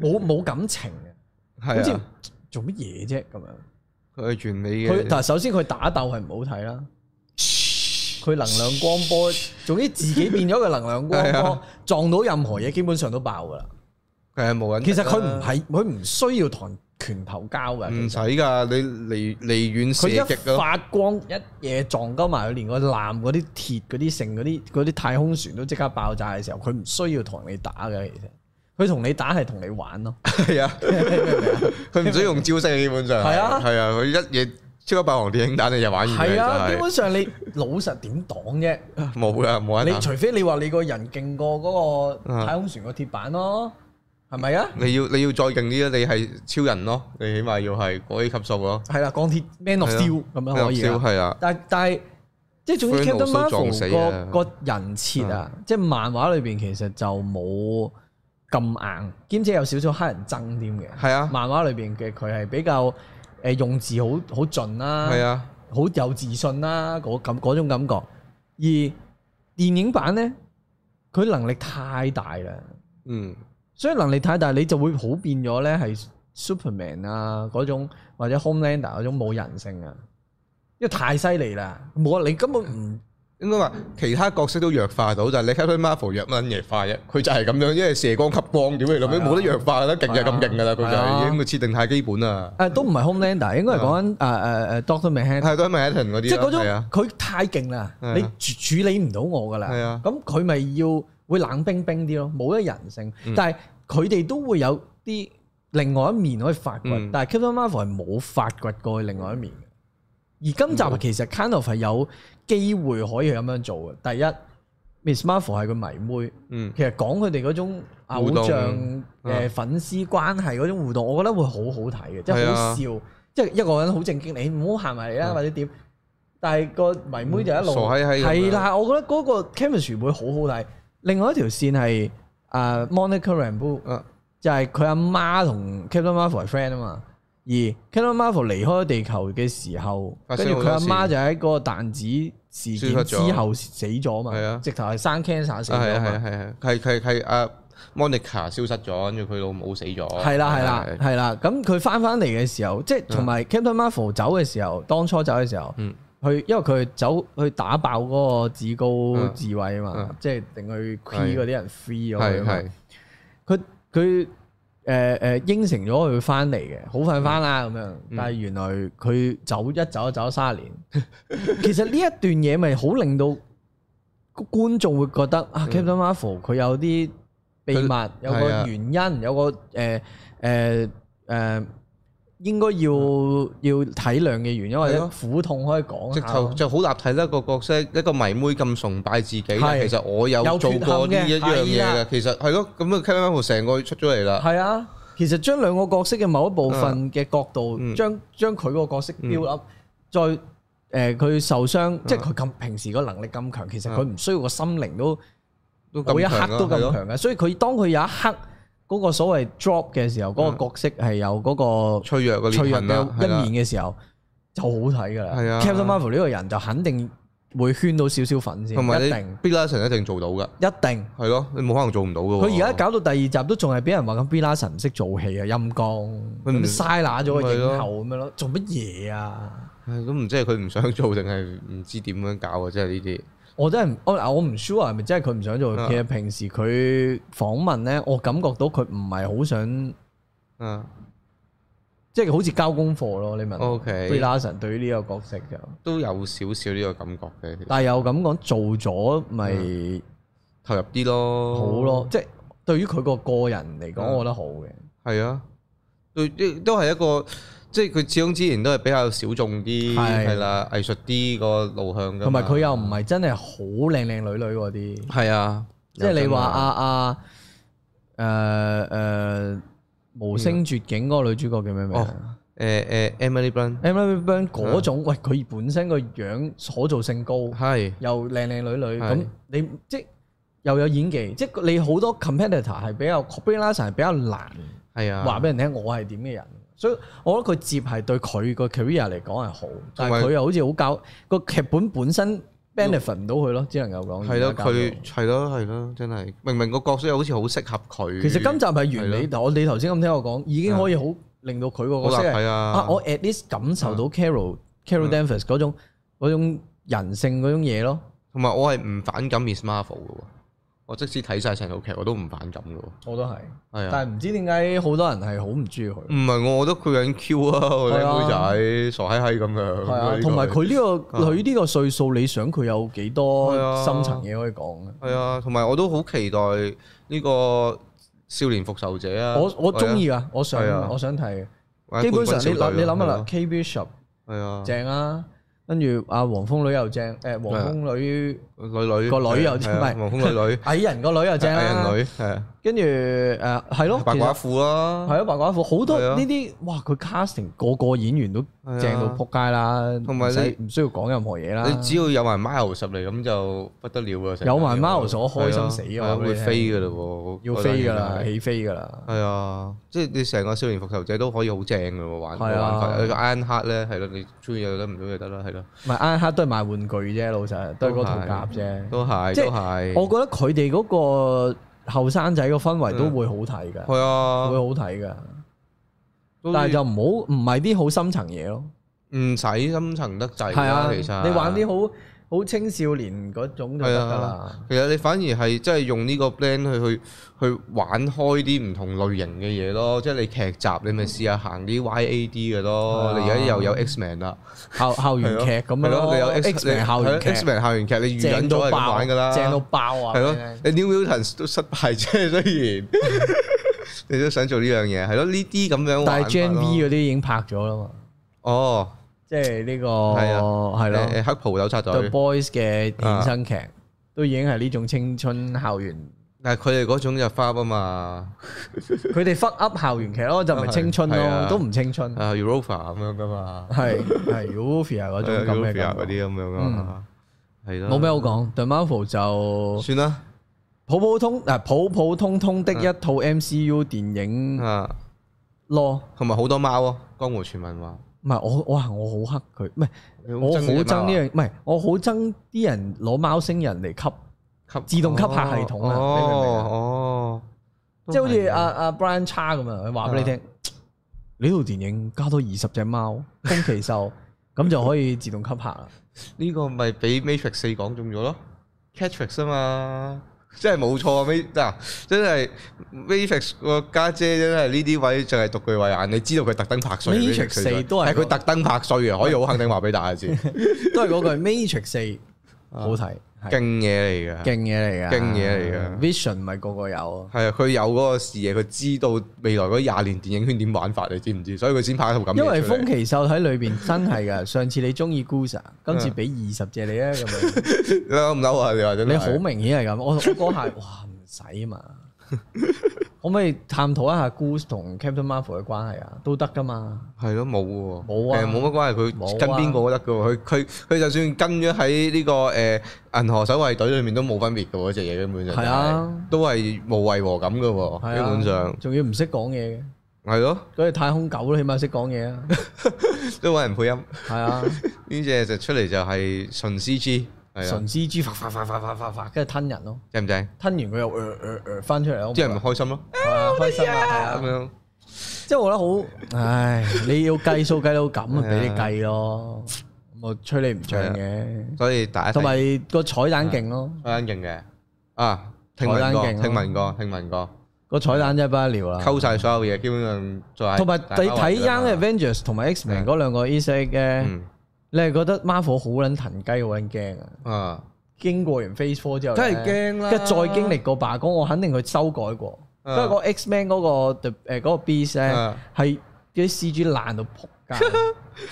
冇冇感情嘅，好係似啊，做乜嘢啫咁樣。佢係完美佢嘅。但係首先佢打鬥係唔好睇啦，佢能量光波，總之自己變咗個能量光係波啊，撞到任何嘢基本上都爆噶啦。佢係冇人。啊其實佢唔係佢唔需要同拳頭交噶，唔其使實㗎，你離離遠射佢擊一咯，發光一嘢撞鳩埋，佢連個艦嗰啲鐵嗰啲剩嗰啲嗰啲太空船都即刻爆炸嘅時候，佢唔需要同你打嘅，其實佢同你打係同你玩咯。係 啊，佢唔使用招式嘅，基本上係啊係啊，佢一嘢超級霸王電影彈你就玩完㗎係啊，基就係本上你老實點擋啫？冇㗎，冇你得打除非你話你個人勁過嗰個太空船個鐵板咯，係咪啊？你要你要再勁啲啦，你係超人咯，你起碼要係嗰啲級數咯。係啦，鋼鐵 Man of Steel 咁樣可以少啊。係啊，但但係即係總之 Thanos 都 Captain 撞死 Marvel 啊個個人設啊，即係漫畫裏邊其實就冇咁硬，兼且有少少黑人憎添嘅。係啊漫畫裏邊嘅佢係比較誒用字好好盡啦，係啊，好有自信啦，嗰咁嗰種感覺。而電影版咧，佢能力太大啦，嗯，所以能力太大，你就會好變咗咧係 Superman 啊嗰種，或者 Homelander 啊嗰種冇人性啊，因為太犀利啦，冇啊，你根本唔應該話其他角色都弱化到，就係你 Captain Marvel 弱乜嘢化啫？佢就係咁樣，因為射光吸光，屌你老味係啊冇得弱化啦，勁就咁勁噶啦，佢係啊就已經設定太基本啦。誒都唔係 Homelander，應該係講緊誒誒誒 Doctor Manhattan。係都係 Manhattan 嗰啲啦，即係嗰種係啊，佢太勁啦，係啊你處處理唔到我噶啦係啊。咁佢咪要會冷冰冰啲咯，冇咗人性嗯。但係佢哋都會有啲另外一面可以發掘嗯，但係 Captain Marvel 係冇發掘過另外一面嘅。而今集冇其實 Kind of 係有機會可以咁樣做嘅。第一，Miss Marvel 係個迷妹，嗯其實講佢哋嗰種偶互動像誒啊粉絲關係嗰種互動，我覺得會好好睇嘅，即係係好啊笑，即係一個人好正經，你唔好行埋嚟啦，嗯或者點。但係個迷妹就一路傻閪閪咁樣係啦，我覺得嗰個 chemistry 會好好睇。另外一條線係啊 Monica Rambeau，啊就係佢阿媽同 Captain Marvel 係 friend 啊嘛。而 Captain Marvel 離開地球嘅時候，發跟生好住佢多阿媽事就喺嗰個彈子事消失件之咗後死咗係嘛啊，直頭係生 cancer 死啊係咗啊係嘛啊。係啊係係係啊 Monica 消失咗，跟住佢老母死咗，係啦係啦係係係啦，咁佢翻翻嚟嘅時候，即係同埋 Captain Marvel 走嘅時候，當初走嘅時候，嗯佢因為佢走去打爆嗰個至高嗯智慧啊嘛嗯，即係令佢 free 嗰啲人 free 咗佢係啊嘛係佢佢誒誒應承咗佢翻嚟嘅，好快翻啦咁樣，嗯但係原來佢走一走就走咗三十年。 其實呢一段嘢咪好令到個觀眾會覺得嗯啊，Captain Marvel 佢有啲秘密佢，有係個啊原因，有個誒誒誒應該要要體諒嘅原因，或係者咯苦痛可以講直下頭咯。就好立體啦個角色，一個迷妹咁崇拜自己，但係其實我有有做過呢一缺陷嘅樣嘢係啦嘅，其實係咯，咁啊 Captain Marvel 成個出咗嚟啦，係啊，其實將兩個角色嘅某一部分嘅角度，嗯將將佢個角色嗯 build up，再誒佢、受傷，即係佢咁平時個能力咁強，其實佢唔需要個心靈都都咁每一刻強啦都係咁咯強嘅，所以佢當佢有一刻嗰個所謂 drop 嘅時候，嗰、個角色係有嗰脆弱個嘅脆裂弱痕啦，嘅係啦一面嘅時候，就好睇㗎啦。係啊 Captain Marvel 呢個人就肯定會圈到少少粉先，同埋一你定 b i l l a s o n 一定做到噶，一定。係咯，你冇可能做唔到噶。佢而家搞到第二集都仲係俾人話咁 b i l l a s o n 唔識做戲啊，陰公佢唔咁嘥乸咗個影后咁樣咯，做乜嘢啊？唉都唔知係佢唔想做定係唔知點樣搞啊！即係呢啲我真係唔我我唔 sure 係咪真係佢唔想做。啊其實平時佢訪問咧，我感覺到佢唔係好想， 啊即係好似交功課咯。你問 b i l 哦，OK l a s o n 對於呢個角色就，都有少少呢個感覺嘅，其實但係又咁講做咗嗯咪投入啲咯，好咯，，即係對於佢個個人嚟講，哦啊我覺得好嘅。係啊，都亦都係一個即係佢始終之前都係比較小眾啲，係係啦，藝術啲個路向㗎嘛同埋佢又唔係真係好靚靚女女嗰啲。係啊，即係你話啊，啊啊誒誒無聲絕境嗰個女主角叫咩名啊哦誒誒 Emily Blunt ？Emily Blunt 啊嗰種，喂佢本身個樣可造性高，係又靚靚女女，係咁你即又有演技，即係你好多 competitor 係比較 b r i l a s o n 係比較難係啊，話俾人聽我係點嘅人，所以我覺得佢接係對佢個 career 嚟講係好，同但係埋佢又好似好教個劇本本身 benefit 唔到佢咯，只能夠講係咯，而家搞到佢係咯係咯，真係明明個角色好似好適合佢。其實今集係完美，但我你頭先咁聽我講，已經可以好令到佢個好角難色係睇啊！嗯啊，我 at least 感受到 Carol Carol Danvers 嗰種嗰種人性嗰種嘢咯。同埋我係唔反感 Miss Marvel 嘅喎，我即使睇晒成套劇我都唔反感嘅喎。我都係，係啊，但係唔知點解好多人係好唔中意佢。唔係我覺得佢緊 Q 啊，我係啊靚妹仔傻閪閪咁樣。係啊呢，個同埋佢呢個啊佢呢個歲數，你想佢有幾多係啊深層嘢可以講咧？係啊，同埋我都好期待呢個少年復仇者啊！我我中意噶，我係啊想我想睇或嘅。者基本冠軍上你小諗隊你咯諗下啦，，K Bishop 係啊，正啊，跟住阿黃蜂女又正，誒黃蜂女女女個女又係啊唔係黃 蜂女女矮人個女又正矮人啦。女係啊跟住誒係咯，白其實寡婦啊，係咯，白寡婦好多係啊呢啲，哇！佢 casting 個個演員都係啊正到撲街啦，同埋唔使你唔需要講任何嘢啦。你只要有埋 Miles 入嚟咁就不得了啊！成有埋單嘢 Miles，我開心死啊係我話啊！俾你會聽飛噶嘞喎，要嗰單飛嘢㗎啦，係起飛㗎啦，係啊，即係你成個少年復仇者都可以好正嘅喎，玩係玩啊法。你個 Iron Heart 咧，係咯，你中意就得，唔中意就得啦，係咯，唔係啱黑都係賣玩具啫，老實都係嗰套夾啫。都係即係都係。我覺得佢哋嗰個後生仔個氛圍都會好睇㗎，嗯係啊會，好睇㗎。都但係就唔好唔係啲好深層嘢咯。唔使深層得滯係啦啊，其實你玩啲好好青少年嗰種就係得㗎啦。啊，其實你反而係即係用呢個 plan 去去去玩開啲唔同類型嘅嘢咯，即係你劇集你咪試下行啲 YAD 嘅係咯，啊你而家又有 Xman 啦，校校園劇咁係咯，樣咯，你有 X 名校園劇， Xman 校園劇，你預正緊咗係咁到爆，啊玩㗎啦，正到爆啊！係咯，你 New Mutants 都失敗啫，雖然 你都想做呢樣嘢，係咯，呢啲咁樣但係係 Gen V 啊嗰啲已經拍咗啦嘛，哦，即係呢個係啊係誒咯誒啊黑袍有插隊 The，Boys 嘅衍生劇，都已經係呢種青春校園，但係佢哋嗰種就花啊嘛，佢哋 fuck up 校園劇咯，就唔係青春係啊咯，都唔青春，啊 Europa 咁樣噶 嘛。係係 Ufia 嗰種 Ulfia 啊咁嘅嗰感覺嗯啲咁樣啊嘛，係咯，冇咩好講，The Marvel 就算啦，普普通啊普普通通的一套 MCU 電影啊，咯，同埋好多貓啊，江湖傳聞話，唔係我哇我好黑佢，唔係。我好你憎呢隻貓啊樣，唔係我好憎啲人攞貓星人嚟吸，吸自動吸客系統啊你明唔明哦啊哦，即係好似阿啊，阿 Brian 叉咁樣，話俾你聽，呢套電影加多二十隻貓，宮崎 獸，咁就可以自動吸客啦。呢個咪俾 Matrix 四講中咗咯，Catrix 啊嘛。真係冇錯啊！Mat- 嗱，真係 Matrix 個家姐真係呢啲位就係獨具慧眼，你知道佢特登拍衰4 Matrix 四都係佢特登拍衰嘅，可以好肯定話俾大家知，都 係嗰句 Matrix 四好睇，係勁嘢嚟㗎。勁嘢嚟㗎，啊勁嘢嚟㗎 Vision 唔係個個有，係啊，佢有嗰個視野，佢知道未來嗰廿年電影圈點玩法，你知唔知？所以佢先拍一套咁嘅因為出嚟風崎獸喺裏邊真係㗎。上次你中意 Gusa，今次俾二十隻你啊，咁樣嬲唔嬲啊？你話真係你好明顯係咁。我我嗰下哇唔使嘛，可唔可以探討一下 Goose 同 Captain Marvel 嘅關係啊？都得噶嘛，係咯，冇喎，冇啊誒冇乜關係，冇佢啊跟邊個都得嘅喎，佢佢佢就算跟咗喺呢個誒銀河守衞隊裏面都冇分別嘅喎，隻嘢根本就係啊，都係無謂和咁嘅係喎，啊基本上仲要唔識講嘢嘅，係咯，嗰只太空狗都起碼識講嘢啊，都揾人配音，係啊，呢只就出嚟就係純 CG，係啊，純蜘蛛發發發發發發發，跟住吞人咯，正唔正？吞完佢又誒誒誒翻出嚟咯，啲人咪開心咯，係啊開心啊，係咁啊，樣即係我覺得好，唉，你要計數計到咁啊，俾你計咯，我吹你唔漲嘅，所以大家同睇埋個彩蛋勁咯，開眼鏡嘅啊，聽聞過，開眼聽鏡咯聞過，聽聞過。個彩蛋真係不得了啦。溝晒所有嘢，基本上就係同埋大你包睇圍㗎嘛 Young Avengers 同埋 X-Men 係嗰兩個 Easter egg 咧，嗯你係覺得 Marvel 好撚騰雞，好撚驚啊！啊，經過完 Phase Four 之後呢，梗係驚啦跟住再經歷過罷工，我肯定佢修改過。啊因為個 X-Men 嗰個 The- 誒嗰個 Beast 咧啊係啲 CG 爛到 仆街，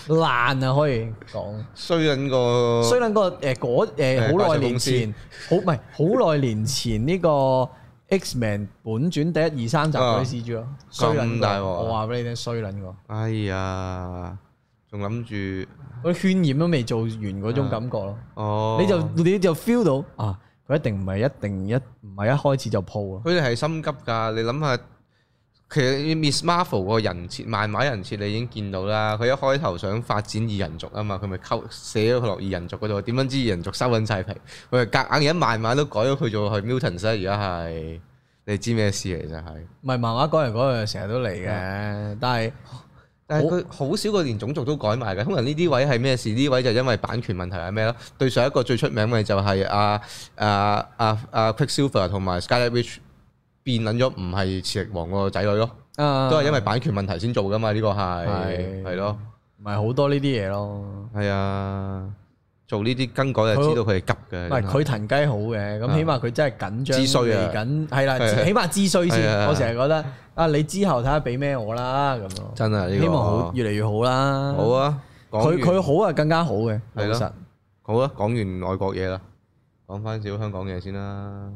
爛啊可以講。衰緊個衰撚個誒嗰誒好耐年前，好唔係好耐年前呢個 X-Men 本傳第一二三集嗰啊啲 CG 咯，衰撚咁大鑊過。啊我話俾你聽，衰撚過。哎呀，仲諗住嗰啲渲染都未做完嗰種感覺咯，哦，你就你就 feel 到啊，佢一定唔係一定一唔係一開始就鋪咯，佢哋係心急㗎，你諗下。其實 Miss Marvel 個人設漫畫人設你已經見到啦，佢一開頭想發展異人族啊嘛，佢咪溝寫咗佢落異人族嗰度，點樣知異人族收緊晒皮？佢係夾硬而家漫畫都改咗佢做去 Mutants 啦，而家係你知咩事嚟就係、唔係漫畫講嚟講去成日都嚟嘅，但係但係佢好少個連種族都改埋嘅，通常呢啲位係咩事？呢位就因為版權問題係啊咩咯？對上一個最出名咪就係阿阿阿阿 Quicksilver 同埋 Scarlet Witch 變撚咗唔係磁力王個仔女咯，啊都係因為版權問題先做噶嘛？呢個係係係咯，唔係好多呢啲嘢咯，係啊，做呢啲更改就知道佢哋急嘅。唔係真係佢騰雞好嘅，咁啊起碼佢真係緊張知衰啊嚟緊，係啦，係啊起碼知衰係啊係啊先，我成日覺得啊，你之後睇下俾咩我啦咁咯，真係呢個哦希望好越嚟越好啦，好，啊，佢講佢完好啊更加好嘅，老係咯實好啦，講完外國嘢啦，講翻少香港嘢先啦，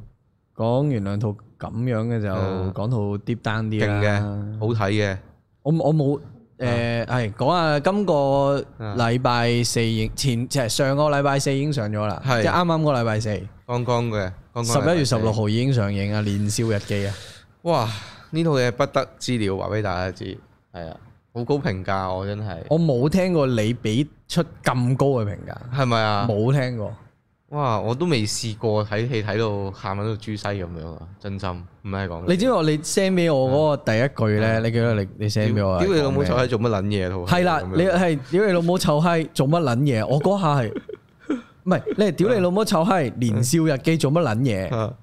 講完兩套咁樣嘅就啊講套 deep down 啲勁嘅，啦。好睇嘅，我我冇誒係講下今個禮拜四影前即係上個禮拜四已經上咗啦，係即係啱啱個禮拜四，十剛剛嘅，剛剛一月十禮拜四六號已經上映啊，《年少日記》啊，哇！呢套嘢不得資料，話俾大家知，係啊，好高評價我真係，我冇聽過你俾出咁高嘅評價，係咪啊？冇聽過，哇！我都未試過睇戲睇到喊到豬西咁樣啊！真心唔係講。你知唔知我你 send 俾我嗰個第一句咧？你記得你你 send 俾屌我啊？屌你老母講咩臭閪做乜撚嘢啊套戲？係啦，咁樣你係屌你老母臭閪，做乜撚嘢？我嗰下係唔係你係屌你老母臭閪，年少日記做乜撚嘢？啊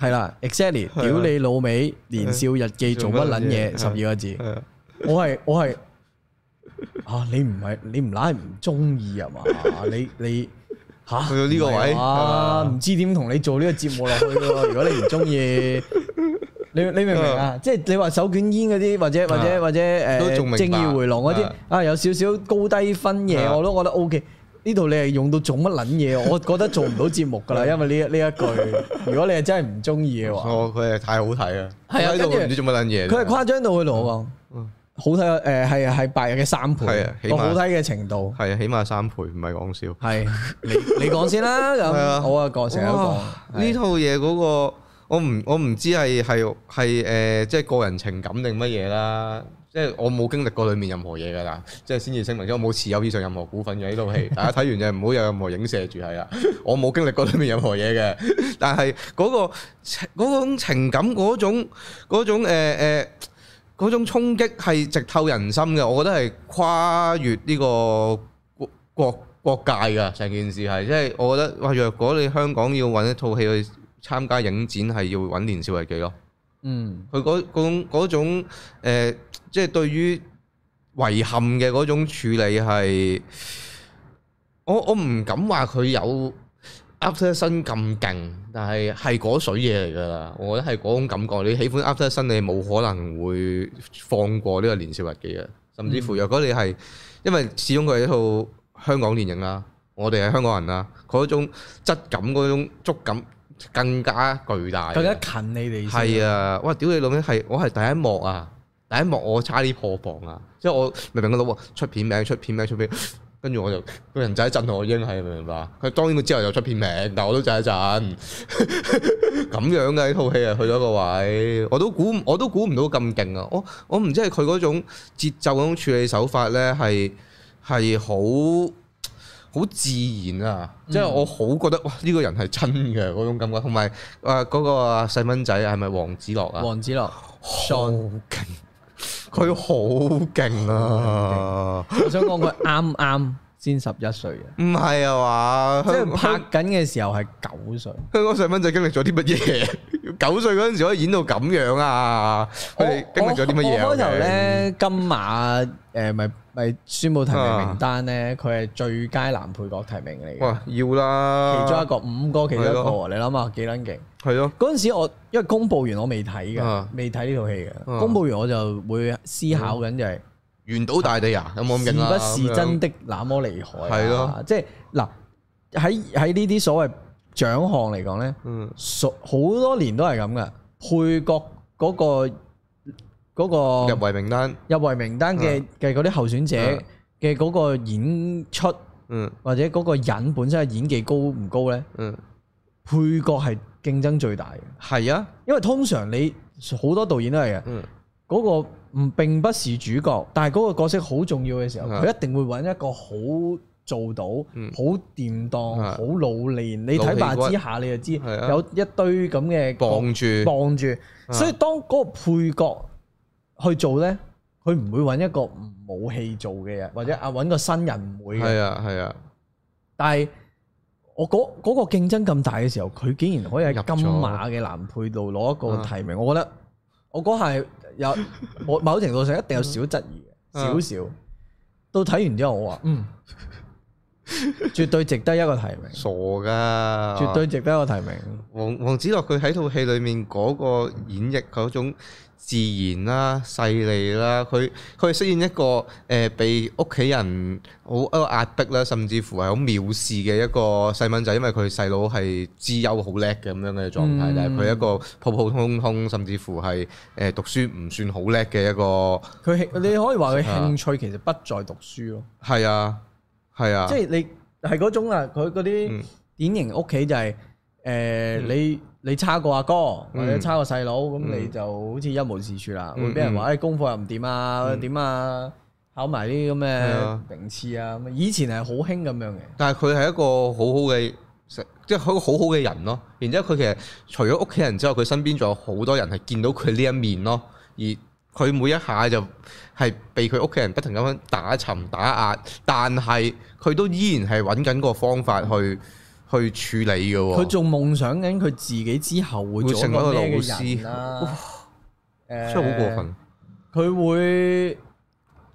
係啦，exactly，屌你老味，年少日記做乜撚嘢？十做乜撚嘢二個字，係啊我係我係啊！你唔係你唔乸係唔中意啊嘛？ 你你吓去到呢個位啊，係嘛唔知點同你做呢個節目落去 咯？如果你唔中意。你你明唔明啊？即係你話手捲煙嗰啲，或者或者啊或者都誒仲明白正義回廊嗰啲啊啊，有少少高低分嘢，啊我都覺得 O K。呢度你係用到做乜撚嘢？我覺得做唔到節目㗎啊啦，因為呢呢一句，如果你係真係唔中意嘅話。哦，佢係太好睇啊！係啊喺度跟住唔知做乜撚嘢。佢係誇張到佢同我講嗯，好睇誒係係白日嘅三倍係啊，起碼我好睇嘅程度係啊，起碼三倍，唔係講笑。係啊你你講先啦係啊咁，我啊講成日都講哇呢套嘢嗰個，我唔我唔知係係係誒，即係個人情感定乜嘢啦。即係我冇經歷過裡面任何嘢㗎啦，即係先至聲明，因為我冇持有以上任何股份嘅呢套 戲。大家睇完就唔好有任何影射住係啦。 我冇經歷過裡面任何嘢嘅， 但係嗰、個情嗰種情感嗰種嗰種誒誒嗰種衝擊係直透人心嘅，我覺得係跨越呢個國國國界㗎。成件事係即係我覺得哇，若果你香港要揾一套戲去參加影展，係要揾年少日記咯。嗯佢嗰嗰種嗰種、呃、即係對於遺憾嘅嗰種處理係，我我唔敢話佢有 After Sun 咁勁，但係係嗰水嘢嚟㗎啦。我覺得係嗰種感覺。你喜歡 After Sun，你冇可能會放過呢個年少日記嘅。甚至乎嗯若果你係，因為始終佢係一套香港電影啦，我哋係香港人啦，嗰種質感、嗰種觸感更加巨大嘅。更加近你哋先啊係啊！哇！屌你老味，係我係第一幕啊！第一幕我差啲破防啊！即係我明明個腦啊出片名、出片名、出片名，跟住我就個人仔震我已經係明唔明白？佢當然佢之後就出片名，但我都震一震。 咁樣嘅呢套戲啊係去到一個位，我都估我都估唔到咁勁啊！我我唔知係佢嗰種節奏嗰種處理手法咧，係係好。好自然啊！即係我好覺得哇，呢、個人係真嘅嗰種感覺，同埋誒嗰個啊細蚊仔係咪黃子樂啊？黃子樂，好勁，佢好勁啊！我想講佢啱啱先十一歲嘅，唔係啊嘛，即係香香拍緊嘅時候係九歲。香港細蚊仔經歷咗啲乜嘢？九歲嗰陣時可以演到咁樣啊！佢哋經歷咗啲乜嘢啊？我我開頭我哋，咧金馬誒咪咪宣佈提名名單咧，佢係最佳男配角提名嚟嘅，啊哇，要啦，其中一個五個其中一係個，咯你諗下幾撚勁？係咯，嗰陣時我因為公佈完我未睇嘅啊，未睇呢套戲嘅。啊公佈完我就會思考緊就係原島大地啊，有冇咁是勁啊？不是真的那麼厲害啊？係咯即係嗱喺喺呢啲所謂獎項嚟講咧，嗯所好多年都係咁嘅配角嗰個嗰入個圍名單，入圍名單嘅嘅嗰啲候選者嗯嘅嗰個演出嗯或者嗰個人本身嘅演技高唔高咧？嗯，配角係競爭最大嘅，係啊，因為通常你好多導演都係嘅。嗯嗰個唔並不是主角，但係嗰個角色好重要嘅時候，啊佢一定會揾一個好做到、嗯好掂當、啊好老練。你睇白之下你就知係啊有一堆咁嘅傍住，啊傍住，所以當嗰個配角去做呢，佢唔會揾一個唔冇戲做嘅人，或者啊揾個新人唔會嘅。係啊係啊，但係我嗰嗰個競爭咁大嘅時候，佢竟然可以喺入咗啊金馬嘅男配度攞一個提名，我覺得我嗰下有某某程度上一定有少質疑嘅，嗯少少。到睇完之後，我話嗯，絕對值得一個提名，傻噶，絕對值得一個提名。黃黃子樂佢喺套戲裏面嗰個演繹嗰種自然啦、細膩啦，佢佢係飾演一個誒、呃被屋企人好一個壓迫啦，甚至乎係好藐視嘅一個細蚊仔，因為佢細佬係資優好叻嘅咁樣嘅狀態，嗯但係佢一個普普通通，甚至乎係誒、呃、讀書唔算好叻嘅一個，佢興你可以話佢興趣其實不在讀書咯，係啊係啊，即係你係嗰種啊，佢嗰啲嗯典型屋企就係、誒、你你差過阿哥或者嗯差過細佬，咁、嗯你就好似一無是處啦，嗯會俾人話誒、哎功課又唔掂啊，點、啊，考埋啲咁係嘅啊名次啊，咁以前係好興咁樣嘅，但係佢係一個好好嘅，即係一個好好嘅人咯。然之後佢其實除咗屋企人之外，佢身邊仲有好多人係見到佢呢一面咯，而佢每一下就係被佢屋企人不停咁樣打沉打壓，但係佢都依然係揾緊個方法去去處理嘅喎。佢仲夢想緊佢自己之後會做一個咩嘅人啦。真真係好過。分，佢會，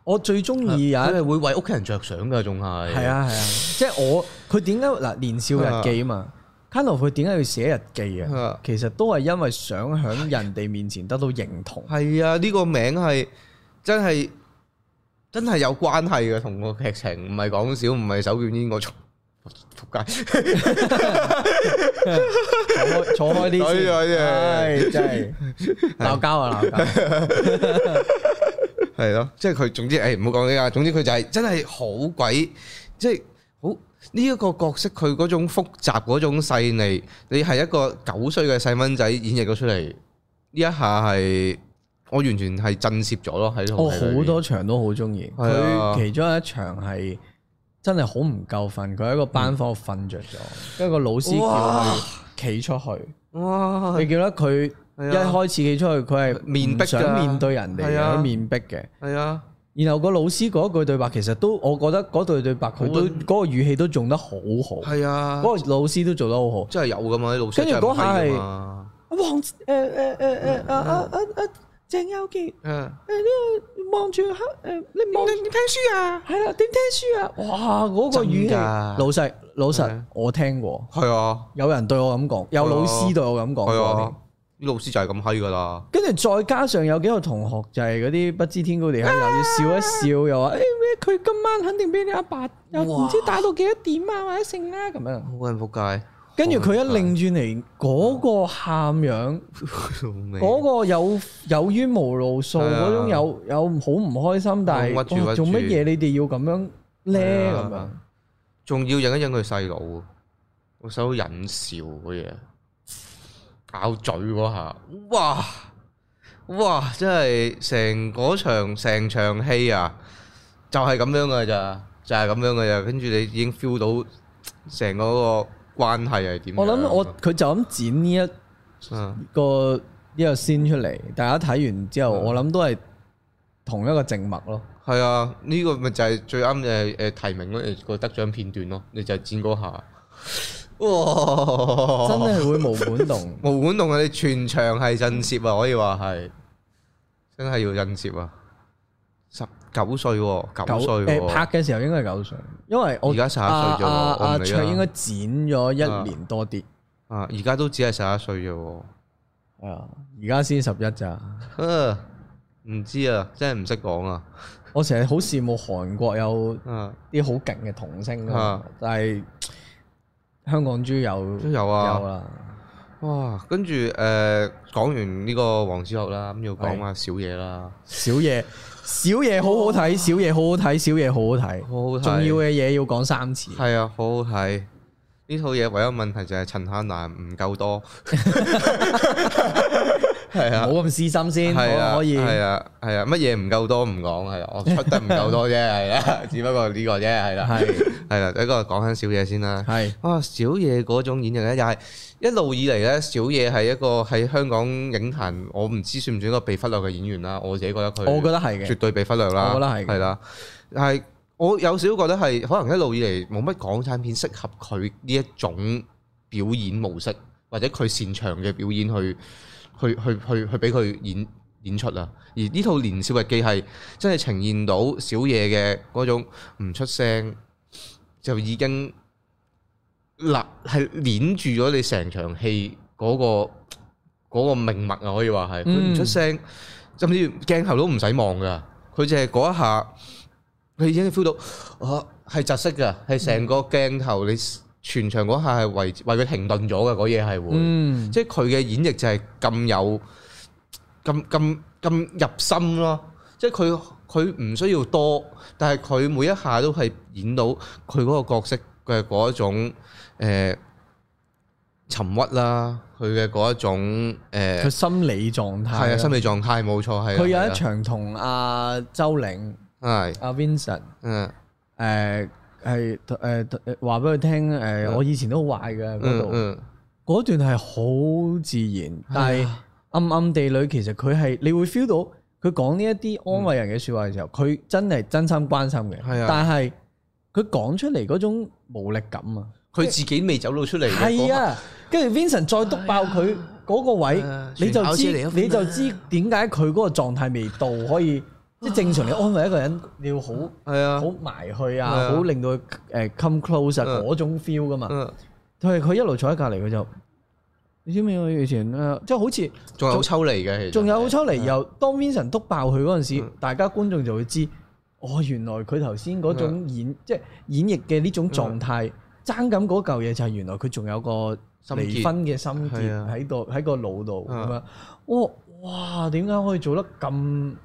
我最中意有一佢係會為屋企人着想㗎，仲係係啊係啊，即係我佢點解嗱年少日記啊嘛 c a n o 佢點解要寫日記啊啊？其實都係因為想喺人哋面前得到認 同。係啊！呢、個名係真係真係有關係嘅，同個劇情唔係講少，唔係手捲煙嗰種。仆街！坐開坐開啲哎呀真係先，唉真係 鬧交啊鬧交！係咯，即係佢總之誒唔好講呢家，總之佢就係真係好鬼，即係好呢一個角色佢嗰種複雜嗰種細膩，你係一個九歲嘅細蚊仔演繹咗出嚟，呢一下係我完全係震攝咗咯喺度。我哦好多場都好中意，係啊佢其中一場係真係好唔夠瞓，佢喺個班房度瞓着咗，跟住個老師叫哇佢企出去。哇！你記得佢係啊一開始企出去，佢係面壁㗎唔想面對人哋係啊嘅，面壁嘅。係啊，然後個老師嗰句對白，其實都我覺得嗰句對白佢都好啊嗰個語氣都做得好好，係啊，嗰個老師都做得好好。真係有噶嘛啲老師哦跟住真係唔嗰下係係㗎嘛。黃誒誒誒誒啊啊啊啊！鄭有傑嗯誒呢個望住黑誒，你望你聽書啊？係啦，點聽書啊？哇！嗰個語氣，真㗎老實老係實啊，我聽過，係啊，有人對我咁講，有老師對我咁講係過啊。，啲老師就係咁閪噶啦。跟住再加上有幾個同學就係嗰啲不知天高地厚，又要笑一笑，又話啊誒咩佢今晚肯定俾你阿爸又唔知打到幾多點啊或者剩啦咁樣。好撚仆街，跟住佢一擰轉嚟，嗰、個喊樣，嗰、嗰個有有冤無路訴係啊嗰種有有好唔開心，但係屈住哇屈做住乜嘢你哋要咁樣係咧咁樣啊？仲要忍一忍佢細佬，我細佬忍笑嗰嘢，咬嘴嗰下，哇哇！真係成嗰場成場戲啊，就係咁樣噶咋，就係咁樣噶咋。跟住你已經 feel 到成嗰個關係係點樣。我諗我佢就咁剪呢一嗯個呢個先出嚟，大家睇完之後，我諗都係同一個靜默咯。係啊，呢、個咪就係最啱誒誒提名嗰誒個得獎片段咯，你就係剪嗰下，哇！。真係會無管動毛管動啊！你全場係震攝啊，可以話係，真係要震攝啊！十九歲喎，九歲誒拍喎，嘅時候應該係九歲，因為我而家11歲啊啫喎啊我阿唔理啦卓應該剪咗一年多啲，啊！而家都只係十一歲啫喎係啊，而家先十一咋。呵，啊唔知啊，真係唔識講啊！我成日好羨慕韓國有啊，啲好勁嘅童星啊啊，但係香港豬有都有啊有啦，哇！跟住誒講完呢個黃子樂啦，咁要講下小野啦，小嘢小嘢好好哦睇，小嘢好好睇，小嘢好好睇，好好睇重要嘅嘢要講三次。係啊，好好睇。呢套嘢唯一問題就係陳漢南唔夠 多，係啊。冇咁私心係先，可啊，可以係啊，係啊，乜嘢唔夠多唔講，係啊，我出得唔夠多啫，係 啦，只不過呢個啫，係啦，係係啦，呢個講緊小野先啦。係啊，小野嗰種演繹咧，又係一路以嚟咧，小野係一個喺香港影壇，我唔知算唔算一個被忽略嘅演員啦。我自己覺得佢，我覺得係嘅絕，對被忽略啦。我覺得係嘅係啦，但係我有少少覺得係可能一路以嚟冇乜港產片適合佢呢一種表演模式，或者佢擅長嘅表演去去去去去俾佢演演出啊。而呢套《年少日記》係真係呈現到小野嘅嗰種唔出聲就已經嗱係攣住咗你成場戲嗰、個。嗰個命脈啊，可以話係佢唔出聲，甚至鏡頭都唔使望噶，佢就係嗰一下，佢已經 feel 到啊係窒息噶，係成個鏡頭你全場嗰下係為為佢停頓咗嘅，嗰嘢係會，嗯。即係佢嘅演繹就係咁有咁咁咁入心咯，即係佢佢唔需要多，但係佢每一下都係演到佢嗰個角色嘅嗰一種、呃、沉鬱啦，佢嘅嗰一種、呃佢心理狀態。係啊，心理。理狀態冇錯係啊。佢係有啊一場同阿周玲、係阿 Vincent 嗯誒係誒誒話俾佢聽誒，我以前都好壞嘅嗰嗯度，嗯嗰段係好自然，但係啊係暗暗地裏其實佢係你會 feel 到佢講呢一啲安慰人嘅説話嘅時候，佢真係真心關心嘅。係啊但係佢講出嚟嗰種無力感啊，佢自己未走到出嚟嘅嗰哎係刻，啊，跟住 Vincent 再篤爆佢嗰個位係啊，你船就跑車嚟知嗰份啊你就知點解佢嗰個狀態未到，可以即係正常你安慰一個人，你要好係啊好，埋去啊係，啊好令到佢誒 come close 啊嗯嗰種 feel 噶嘛。嗯，佢係佢一路坐喺隔離，佢就你知唔知我以前誒，即係好似。仲有抽離嘅，其實仲有出嚟又當 Vincent 督爆佢嗰陣時嗯，大家觀眾就會知，哦，原來佢頭先嗰種演即係演繹嘅呢種狀態，爭緊嗰嚿嘢就係原來佢仲有個心結離婚嘅心係啊結喺度喺個腦度啊咁樣。哦，哇！點解可以做得咁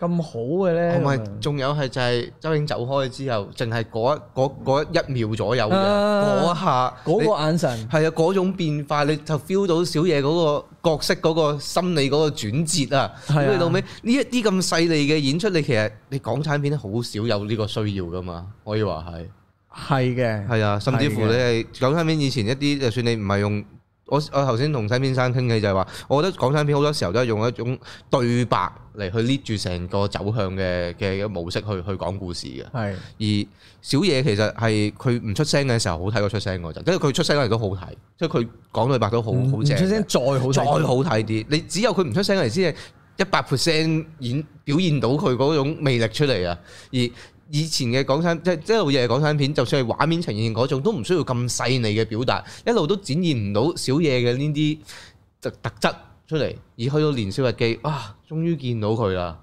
咁好嘅咧？同咁樣埋仲有係就係周英走開之後，淨係嗰一嗰嗰一秒左右嘅啊嗰一下，嗰你個眼神，係啊，嗰種變化你就 feel 到小野嗰個角色嗰個心理嗰個轉折啊！係啊咁你到尾呢一啲咁細膩嘅演出，你其實你港產片好少有呢個需要噶嘛，可以話係。係嘅，係啊，甚至乎係嘅你係港產片以前一啲，就算你唔係用我我頭先同西先生傾嘅就係話，我覺得港產片好多時候都係用一種對白嚟去 lead 住成個走向嘅嘅嘅模式去去講故事嘅。係而小野其實係佢唔出聲嘅時候好睇過出聲嗰陣，跟住佢出聲嗰陣都好睇，即係佢講對白都好唔好嗯唔正嘅，出聲再好睇再好睇啲。你只有佢唔出聲嗰陣先係一百 percent 演表現到佢嗰種魅力出嚟啊！而以前嘅港產即係一路嘢港產片，就算係畫面呈現嗰種，都唔需要咁細膩嘅表達，一路都展現唔到小野嘅呢啲特特質出嚟。而去到《年少日記》，啊，終於見到佢啦！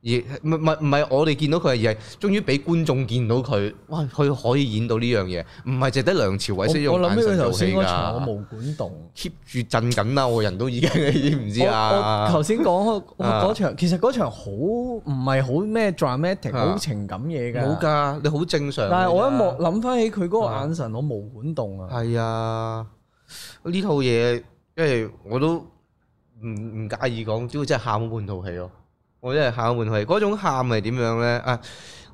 而唔唔唔係我哋見到佢，而係啊終於俾觀眾見到佢，哇！佢可以演到呢樣嘢，唔係淨得梁朝偉識我用我眼諗起神佢做頭戲先嗰場，我㗎。毛管動。 keep 住震緊啦，我人都已經已經唔知我我啊。頭先 講開啊嗰場，其實嗰場好唔係好咩 dramatic，啊好情感嘢㗎。冇㗎，你好正常㗎。但係我一望諗翻起佢嗰個眼神，我毛管動啊！係啊，呢套嘢即係我都唔唔介意講，只要真係喊咗半套戲咯。我真係喊咗半套戲，嗰種喊係點樣咧？啊，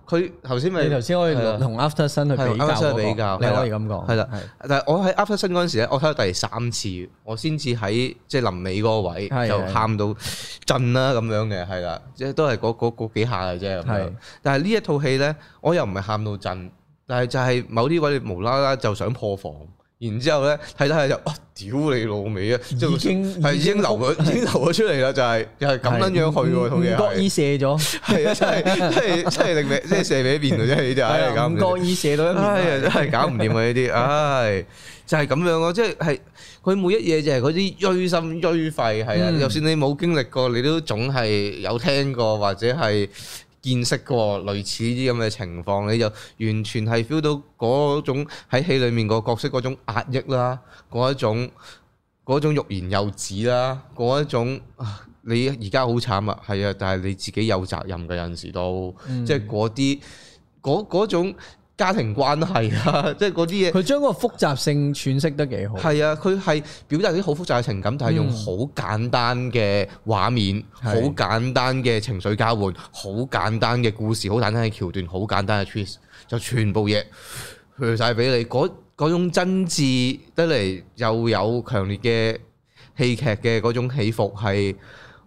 佢頭先咪你頭先可以係啊同 After Sun 去比較係嗰 After 個 Sun 比較你可以係咁講。係啦係，但係我喺 After 新嗰陣時咧，我睇到第三次，我先至喺即係臨尾嗰個位係就係喊到震啦咁樣嘅，係啦，即係都係嗰嗰嗰幾下嘅啫咁樣係。但係呢一套戲咧，我又唔係喊到震，但係就係某啲位你無啦啦就想破防，然之後咧睇睇下就啊屌你老味啊！即係已經係已經流咗，已經流咗出嚟啦，就係就係咁樣樣去喎，套嘢唔覺意係射咗，係啊，真係真係真係令你即係射俾面啊！真係呢啲唉係搞啊掂唔覺意射到一唉面。真係搞唔掂啊！呢啲，唉，就係咁樣咯，即係係佢每一嘢就係嗰啲鋥心鋥肺，係啊，嗯就算你冇經歷過，你都總係有聽過或者係見識過類似呢啲咁嘅情況，你就完全係 feel 到嗰種喺戲裡面個角色嗰種壓抑啦，嗰一種啊嗰種欲言又止啦，嗰一種啊你而家好慘啊，係啊，但係你自己有責任嘅有陣時都。嗯即係嗰啲嗰嗰種家庭關係啊， 即係嗰啲嘢佢將嗰個複雜性詮釋得幾好。係啊，佢係表達啲好複雜嘅情感，但係用嗯好簡單嘅畫面、係好簡單嘅情緒交換、好簡單嘅故事、好簡單嘅橋段、好簡單嘅 twist，就全部嘢去晒俾你。嗰嗰種真摯得嚟又有強烈嘅戲劇嘅嗰種起伏係，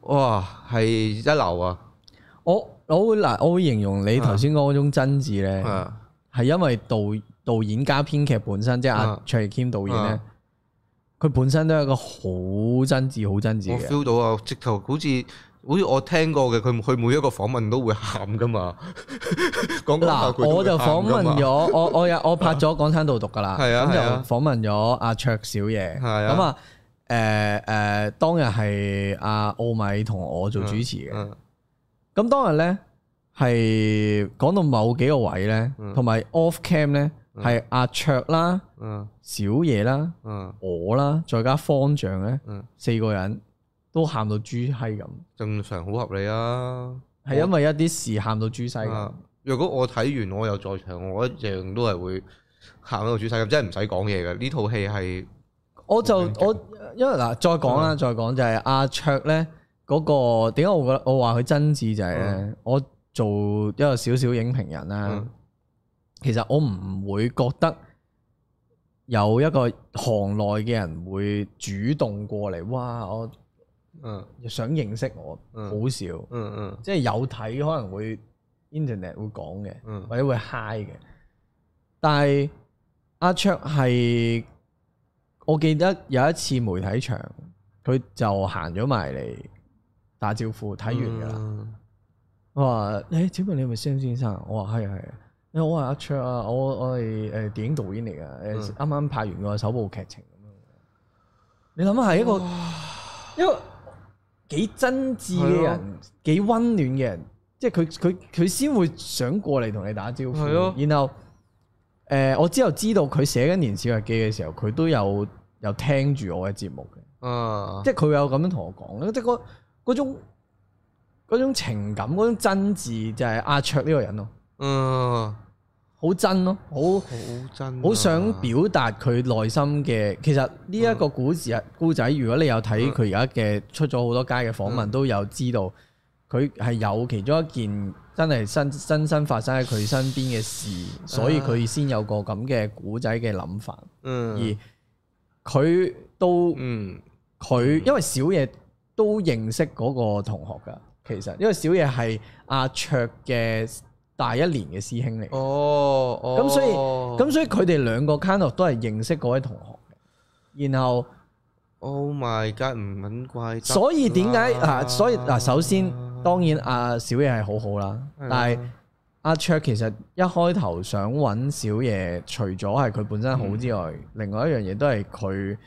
哇係一流啊！我我會嗱，我會形容你頭先講嗰種真摯咧。啊係因為導導演加編劇本身，即係阿啊卓亦謙導演咧啊，佢本身都係一個好真摯、好真摯我嘅人。 feel 到啊，直頭好似好似我聽過嘅，佢佢每一個訪問都會喊噶嘛。 講講下佢嗱，都我會就喊㗎訪嘛問咗，我我有我拍咗《港產道讀》噶啦，係啊咁就係啊訪問咗阿卓小爺，係啊咁啊，誒誒，當日係阿奧米同我做主持嘅，嗯咁當日咧係講到某幾個位咧，同埋 off cam 咧係阿卓啦、嗯小爺啦。嗯，我啦，再加方丈咧，嗯四個人都喊到豬閪咁，正常好合理啊。係因為一啲事喊到豬閪咁啊。若果我睇完我又在場，我一樣都係會喊到主世咁，真係唔使講嘢嘅。呢套戲係我就好我因為嗱，再講嗯啦，再講就係阿卓咧嗰個點解我覺得我話佢真摯就係咧，我做一個少少影評人啦嗯，其實我唔會覺得。有一個行內嘅人會主動過嚟，哇！我嗯想認識我，嗯好少。嗯嗯即係有睇可能會 internet 會講嘅，嗯或者會 high 嘅。但係阿卓係，我記得有一次媒體場，佢就行咗埋嚟打招呼，睇完噶啦。啦，我話：誒、請問你係咪 Sam 先生？我話係啊係啊。因為我係阿卓啊，我我係誒電影導演嚟㗎，誒啱啱拍完個首部劇情咁樣。你諗下係一個一個幾真摯嘅係人，幾温暖嘅人，即係佢佢佢先會想過嚟同你打招呼。係咯然後誒、呃我之後知道佢寫緊《年少日記》嘅時候，佢都有有聽住我嘅節目嘅。啊，即係佢有咁樣同我講咧，即係嗰嗰種嗰種情感，嗰種真摯就係阿卓呢個人咯，嗯，好真咯，好好真啊，好想表達佢內心嘅。其實呢一個古字故仔，如果你有睇佢而家嘅出咗好多街嘅訪問，都有知道佢係有其中一件真係真真身發生喺佢身邊嘅事，所以佢先有個咁嘅古仔嘅諗法。嗯，而佢都嗯佢因為小野都認識嗰個同學噶，其實因為小野係阿卓嘅大一年嘅師兄嚟，咁、哦，哦咁所以所以佢哋兩個 kind of 都係認識嗰位同學嘅，然後 Oh my god，唔撚怪得啦，所以點解啊？所以嗱、首先當然阿、小野係好好啦，係啊但係阿卓其實一開頭想揾小野，除咗係佢本身好嗯之外，另外一樣嘢都係佢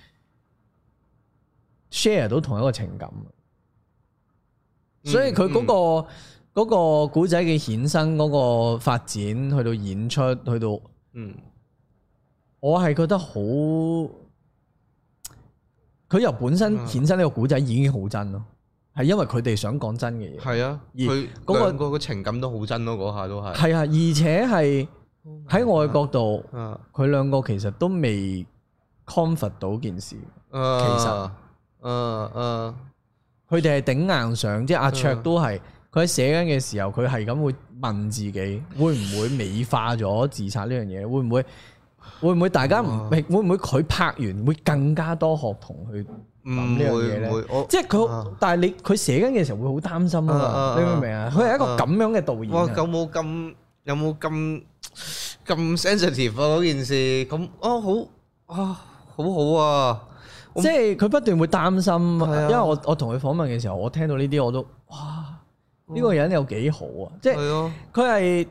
share 到同一個情感。嗯所以佢嗰、個嗰、個古仔嘅衍生嗰個發展，去到演出，去到嗯我係覺得好，佢由本身嗯衍生呢個古仔已經好真咯，係因為佢哋想講真嘅嘢，係啊，而佢嗰個嗰個個情感都好真咯，嗰下都係係啊，而且係 Oh 喺外國度，啊，佢兩個其實都未 comfort 到件事，其其實實嗯嗯佢哋係頂硬上，即係阿卓嗯都係。佢喺寫緊嘅時候，佢係咁會問自己，會唔會美化咗自殺呢樣嘢？會唔會會唔會大家唔哇會唔會佢拍完會更加多學童去？唔諗呢樣嘢會咧唔會我即係佢，啊但係你佢寫緊嘅時候會好擔心啊啊啊嘛，啊你明唔明啊？佢係一個啊咁樣嘅導演哇！啊，有冇咁有冇咁咁 sensitive 啊？嗰件事咁哦，好啊，好好啊，即係佢不斷會擔心係啊。啊因為我我同佢訪問嘅時候，我聽到呢啲我都哇，呢個人有幾好啊！即係係咯，佢係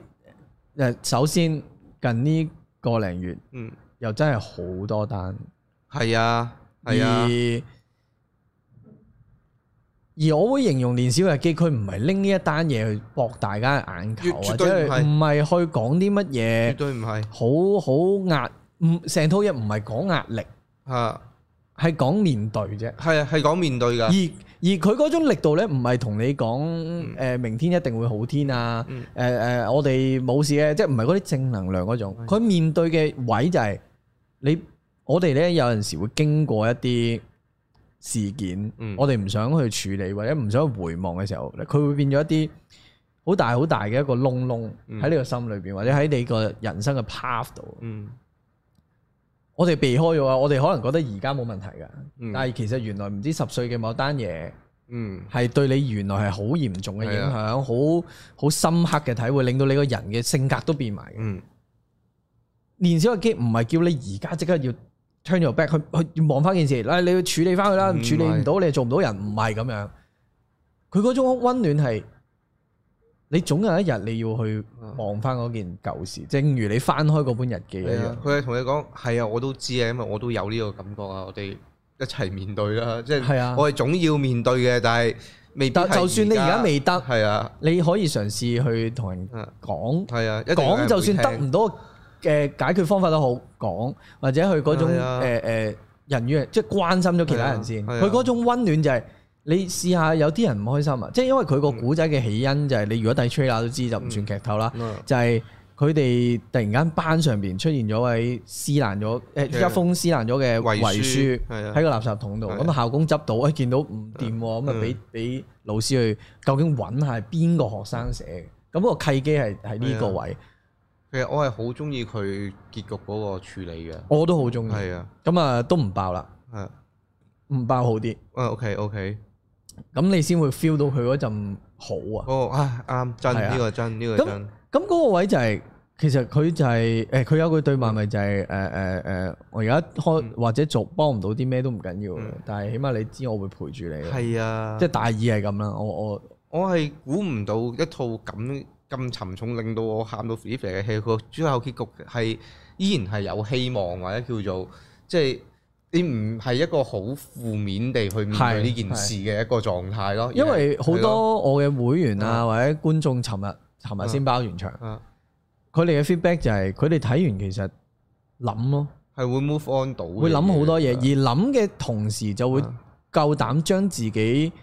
誒，首先近呢個零月嗯，又真係好多單。係啊，係啊，而而我會形容年少日記，佢唔係拎呢一單嘢去博大家嘅眼球，絕絕或者對唔係係唔係去講啲乜絕嘢對唔係好好壓，唔成套嘢唔係講壓力，嚇，係講面對啫。係啊，係講面對而㗎，而佢嗰種力度咧，唔係同你講誒、明天一定會好天啊！誒誒、嗯我哋冇事嘅，即係唔係嗰啲正能量嗰種。佢面對嘅位就係、你，我哋咧有陣時會經過一啲事件，嗯我哋唔想去處理或者唔想去回望嘅時候，佢會變咗一啲好大好大嘅一個窿窿嗯喺你個心裏邊，或者喺你個人生嘅 path 度。嗯我哋避開咗啊！我哋可能覺得而家冇問題㗎，嗯但係其實原來唔知十歲嘅某單嘢。嗯係對你原來係好啊嚴重嘅影響，係好好深刻嘅體會，令到你個人嘅性格都變埋嘅。嗯年少日記唔係叫你而家即刻要 turn your back 去去望翻件事，嗱你要處理翻佢啦，唔係處理唔到你就做唔到人，唔係咁樣。佢嗰種温暖係你總有一日你要去望翻嗰件舊事，正如你翻開嗰本日記一係樣啊，。佢係同你講係啊，我都知啊，因為我都有呢個感覺啊，我哋一齊面對 啦，即係係啊我係總要面對嘅，但係未必但係就算你而家未得，係啊，你可以嘗試去同人嗯講。係啊，一定有人講會就算得聽唔到嘅解決方法都好講，或者佢嗰種係啊誒誒人與人即係關心咗其他人先，係啊係啊佢嗰種温暖就係、你試下有啲人唔開心啊，即係因為佢個古仔嘅起因就係、你如果睇 trailer 都知就唔算劇透啦，嗯嗯就係佢哋突然間班上邊出現咗位撕爛咗誒嘅一封撕爛咗嘅遺啊遺書書係啊喺個垃圾桶度，係啊咁校工執到，誒見到唔掂喎，咁啊嗯俾俾老師去究竟揾下係邊個學生寫嘅，咁個契機係喺呢個係啊位。其實我係好中意佢結局嗰個處理嘅，我都好中意。係啊，咁啊，都唔爆啦，係啊唔爆好啲。啊，OK OK，咁你先會 feel 到佢嗰陣好啊。哦啊啱真係啊呢個真呢個咁真，咁嗰個位就係、其實佢就係、誒，佢有句對罵咪就係誒嗯誒誒，我而家開或者做幫唔到啲咩都唔緊要嘅，嗯但係起碼你知我會陪住你嘅，係啊，即係大意係咁啦。我我我係啊估唔到一套咁咁沉重，令到我喊到 f r e 嘅戲，個最後結局係依然係有希望，或者叫做即係你唔係一個好負面地去面係對呢件事嘅一個狀態咯。因為而係好係咯嗯多我嘅會員啊或者觀眾，尋日尋日先包完場，啊佢哋嘅 feedback 就係佢哋睇完其實諗咯，係會 move on 到嘅，會諗好多嘢，係啊而諗嘅同時就會夠膽將自己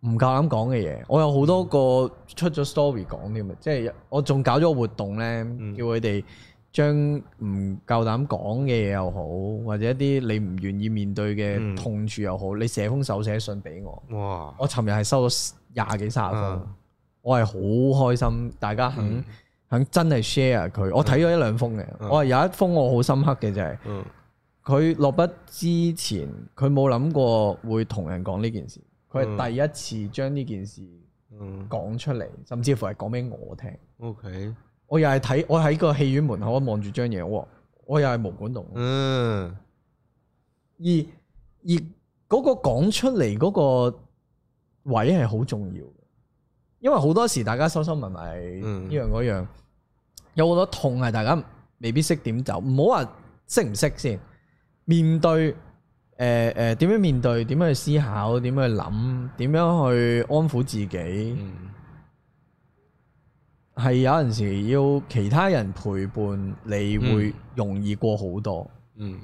唔夠膽講嘅嘢，我有好多個出咗 story 講添啊！即係我仲搞咗個活動咧，叫佢哋將唔夠膽講嘅嘢又好，或者一啲你唔願意面對嘅嗯痛處又好，你寫封手寫信俾我。哇我尋日係收咗廿幾卅封啊，我係好開心，大家肯、嗯肯真係 share 佢。我睇咗一兩封嘅，嗯我係有一封我好深刻嘅就係、嗯佢落筆之前，佢冇諗過會同人講呢件事，佢係第一次將呢件事嗯講出嚟，甚至乎係講俾我聽。 OK 我又係睇，我喺個戲院門口望住張嘢，我話我又係毛管動。嗯而而嗰個講出嚟嗰個位係好重要嘅，因為好多時大家收收埋埋呢嗯樣嗰樣，有好多痛係大家未必識點走，唔好話識唔識先，面對誒誒點樣面對，點樣去思考，點樣去諗，點樣去安撫自己。嗯係有陣時要其他人陪伴，你會容易過好多。嗯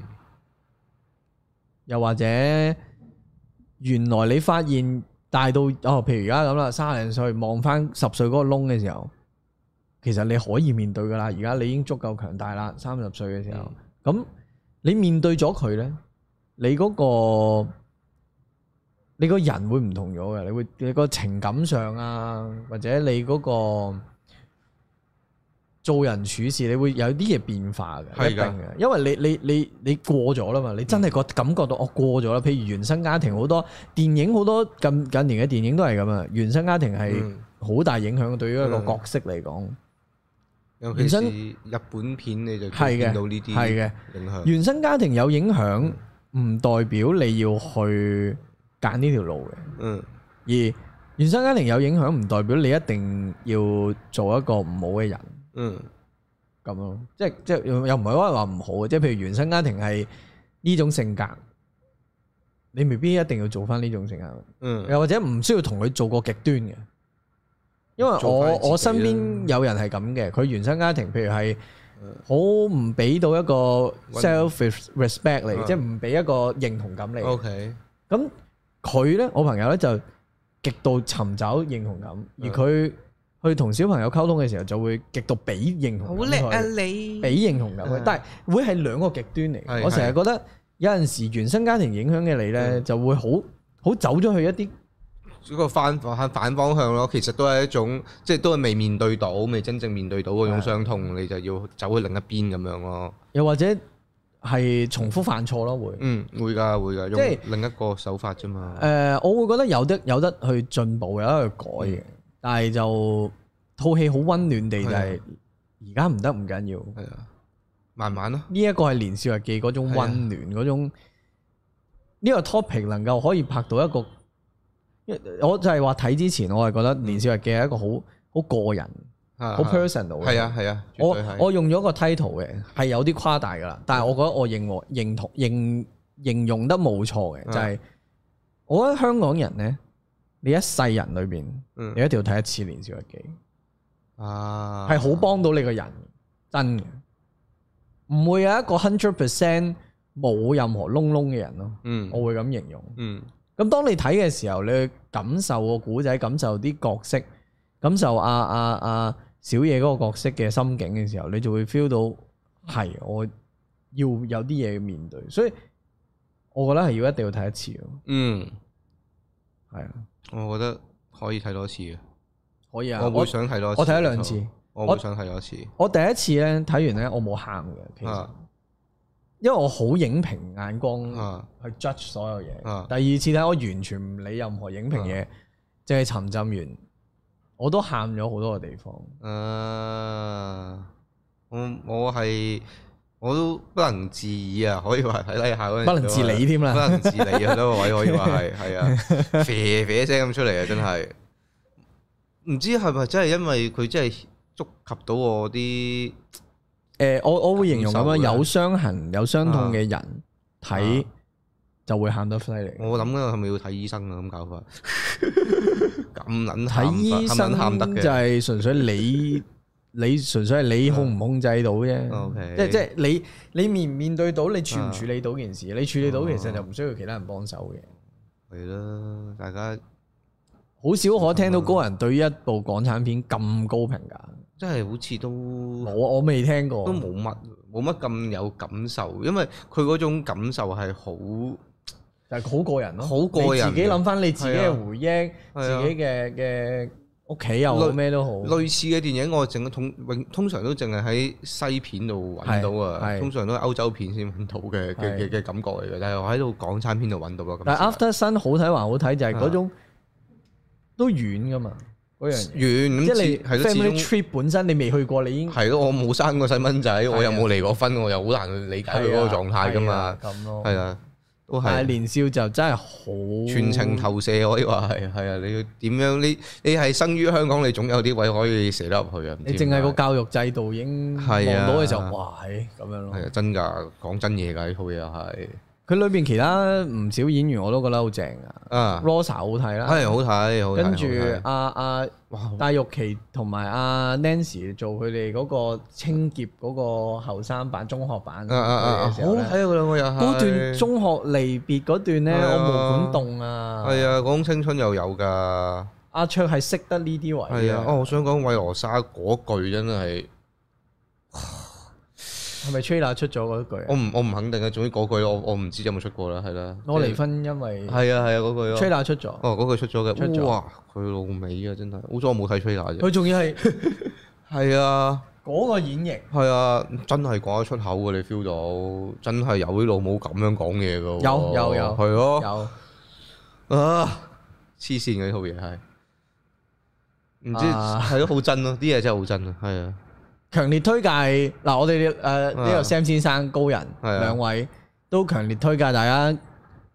又或者原來你發現大到哦，譬如而家咁啦，三零歲望翻十歲嗰個窿嘅時候，其實你可以面對噶啦。而家你已經足夠強大啦，三十歲嘅時候，咁、你面對咗佢呢，你嗰、個你個人會唔同咗嘅，你會你個情感上啊，或者你嗰、個。做人處事，你會有啲嘢變化嘅，係㗎一定嘅，因為你你你你過咗啦嘛，你真係嗯個感覺到我哦過咗啦。譬如原生家庭好多電影好多近近年嘅電影都係咁啊，原生家庭係嗯好大影響對於一個角色嚟講，尤其原生是日本片你就係嘅見到呢係啲嘅。影響，原生家庭有影響，唔代表你要去揀呢條路嗯嘅。而原生家庭有影響，唔代表你一定要做一個唔好嘅人。嗯咁咯，即係即係又又唔係可以話唔好嘅，即係譬如原生家庭係呢種性格，你未必一定要做翻呢種性格，嗯又或者唔需要同佢做過極端嘅，因為做返你我自己啦我身邊有人係咁嘅，佢原生家庭譬如係好唔俾到一個溫 self respect 嚟，嗯即係唔俾一個認同感嚟。 OK 咁佢咧，我朋友咧就極度尋找認同感，而嗯佢去同小朋友溝通嘅時候就會極度俾認同感佢你俾認同感佢啊嗯，但係會係兩個極端嚟嘅。係我成日覺得有陣時原生家庭影響嘅你咧，嗯就會好好走咗去一啲嗰個反反反方向咯，其實都係一種即係都係未面對到、未真正面對到嗰種啊傷痛，你就要走去另一邊咁樣咯。又或者係重複犯錯咯，會。嗯，會㗎會㗎，即係用另一個手法啫嘛誒、。我會覺得有得有得去進步，有得去改嗯嘅，但係就套戲好温暖地就係係而家唔得唔緊要，係啊，慢慢咯。呢一個係年少日記嗰種啊温暖嗰種，呢個 topic 能夠可以拍到一個，我就係話睇之前我係覺嗯得年少日記係一個好好個人、好好 personal 嘅。啊係啊係啊，絕我對係。嗯我用咗個 title 嘅，係有啲誇大噶啦，但係我覺得我認和認同認形容得冇錯嘅，嗯就係、我覺得香港人咧，你一世人裏邊，嗯你一定要睇一次《年少日記》，啊，係好幫到你個人，真嘅，唔會有一個 hundred percent 冇任何窿窿嘅人咯，嗯我會咁形容。嗯咁當你睇嘅時候，你去感受個古仔，感受啲角色，感受阿阿阿小野嗰個角色嘅心境嘅時候，你就會 feel 到係我要有啲嘢面對，所以我覺得係要一定要睇一次咯，嗯，係啊，我覺得可以睇多次嘅，可以啊，我我會想睇多次。我睇咗兩次，我會想睇多次。我第一次咧睇完咧，我冇喊嘅，其實啊，因因為我好影評眼光啊去 judge 所有嘢。啊第二次睇我完全唔理任何影評嘢，淨係沉浸完，我都喊咗好多個地方。啊，我我係我都不能自已啊，可以話睇睇下嗰陣時不能自理添啦都係不能自理啊，嗰個位可以話 係係啊，啡啡聲咁出嚟啊，真係唔知係咪真係因為佢真係觸及到我啲誒、我我會形容咁樣，感受嘅有傷痕、有傷痛嘅人睇、啊就會喊得犀利。我諗緊係咪要睇醫生啊？咁搞 法咁撚喊睇法醫喊撚喊得生就嘅係純粹 你你純粹係你控唔控制到啫。 OK 即即係你你面唔面對到，你處唔啊處理到件事？你處理到其實就唔需要其他人幫手嘅。係啦，大家好少可聽到高人對一部港產片咁高評價，真係好似都。啊我我未聽過都。冇乜冇乜咁有感受，因為佢嗰種感受係好就係好過人咯，好過人嘅你自己諗翻你自己係嘅啊回憶，係自啊己嘅嘅屋企又好類咩都好，類似嘅電影，我淨通永通常都淨係喺西片度揾到係係啊，通常都係歐洲片先揾到嘅嘅嘅嘅感覺嚟嘅，但係我喺度港產片度揾到啊咯。咁但係 After Sun 好睇還好睇，就啊係嗰種都遠噶嘛嗰樣嘢，遠咁即係始你係咯，始 family 終 trip 本身你未去過，你已經係咯，我冇生過細蚊仔，我又係啊冇離過婚，我又好難去理解佢嗰個狀態噶嘛，啊係啊咁咯。係啊，都但係係。年少就真係好全程投射可以話係係啊！你要點樣？你你係生於香港，你總有啲位可以射得入去啊！唔知你淨係點個解教育制度已經望係啊到嘅時候，哇，係咁樣咯係。啊，真㗎，講真嘢㗎，呢套嘢係佢裏邊其他唔少演員我都覺得好正啊啊，哎，Rosa 好睇啦，係好睇，好睇。跟住好睇阿阿哇，戴玉琪同埋阿 Nancy 做佢哋嗰個清潔嗰個後生版中學版啊啊啊，好嘅時候睇呢啊佢兩個又係嗰段中學離別嗰段咧，係啊我無感動啊！係啊，嗰種青春又有㗎，阿卓係識得呢啲位係啊。嘅，哦，我想講韋羅莎嗰句真係，啊係咪 Trailer 出咗嗰句我啊？唔我唔肯定啊。總之嗰句我我唔知有冇出過啦，係啦。我離婚因為係啊係啊嗰句咯。 Trailer 出咗，哦，嗰句出咗出咗嘅，哇！佢老尾啊，真係，好彩我冇睇吹 r 啫。佢仲 要係係啊。嗰個演繹係啊，真係講得出口嘅，你 feel 到，真係有啲老母咁樣講嘢嘅喎。有有有係咯。有啊！黐線嘅呢套嘢係，唔知啊係咯，好真咯，啲嘢真係好真啊，係啊，強烈推介嗱，我哋誒呃呢個 Sam 先生高人啊係啊兩位都強烈推介大家。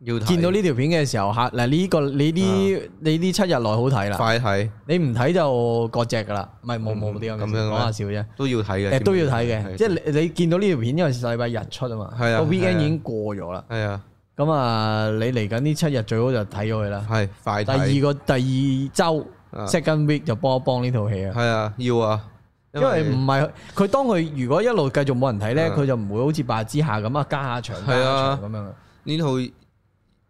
要睇見到呢條片嘅時候，嚇嗱呢個你啊呢你呢七日內好睇啦，快睇你唔睇就割隻噶啦，唔係冇冇嗯咁啲咁嘅樣事，咩講下笑啫。都要睇嘅，誒都要睇嘅，係即係你你見到呢條片，因為禮拜日出啊嘛，係啊個係 weekend 啊已經過咗啦。係啊，咁啊，你嚟緊呢七日最好就睇咗佢啦。係快第睇。二個第二周啊 second week 就幫一幫呢套戲啊，係啊，要啊，因為唔係佢當佢如果一路繼續冇人睇咧，啊佢就唔會好似白日之下咁啊加下場加係下啊場咁樣啊。呢套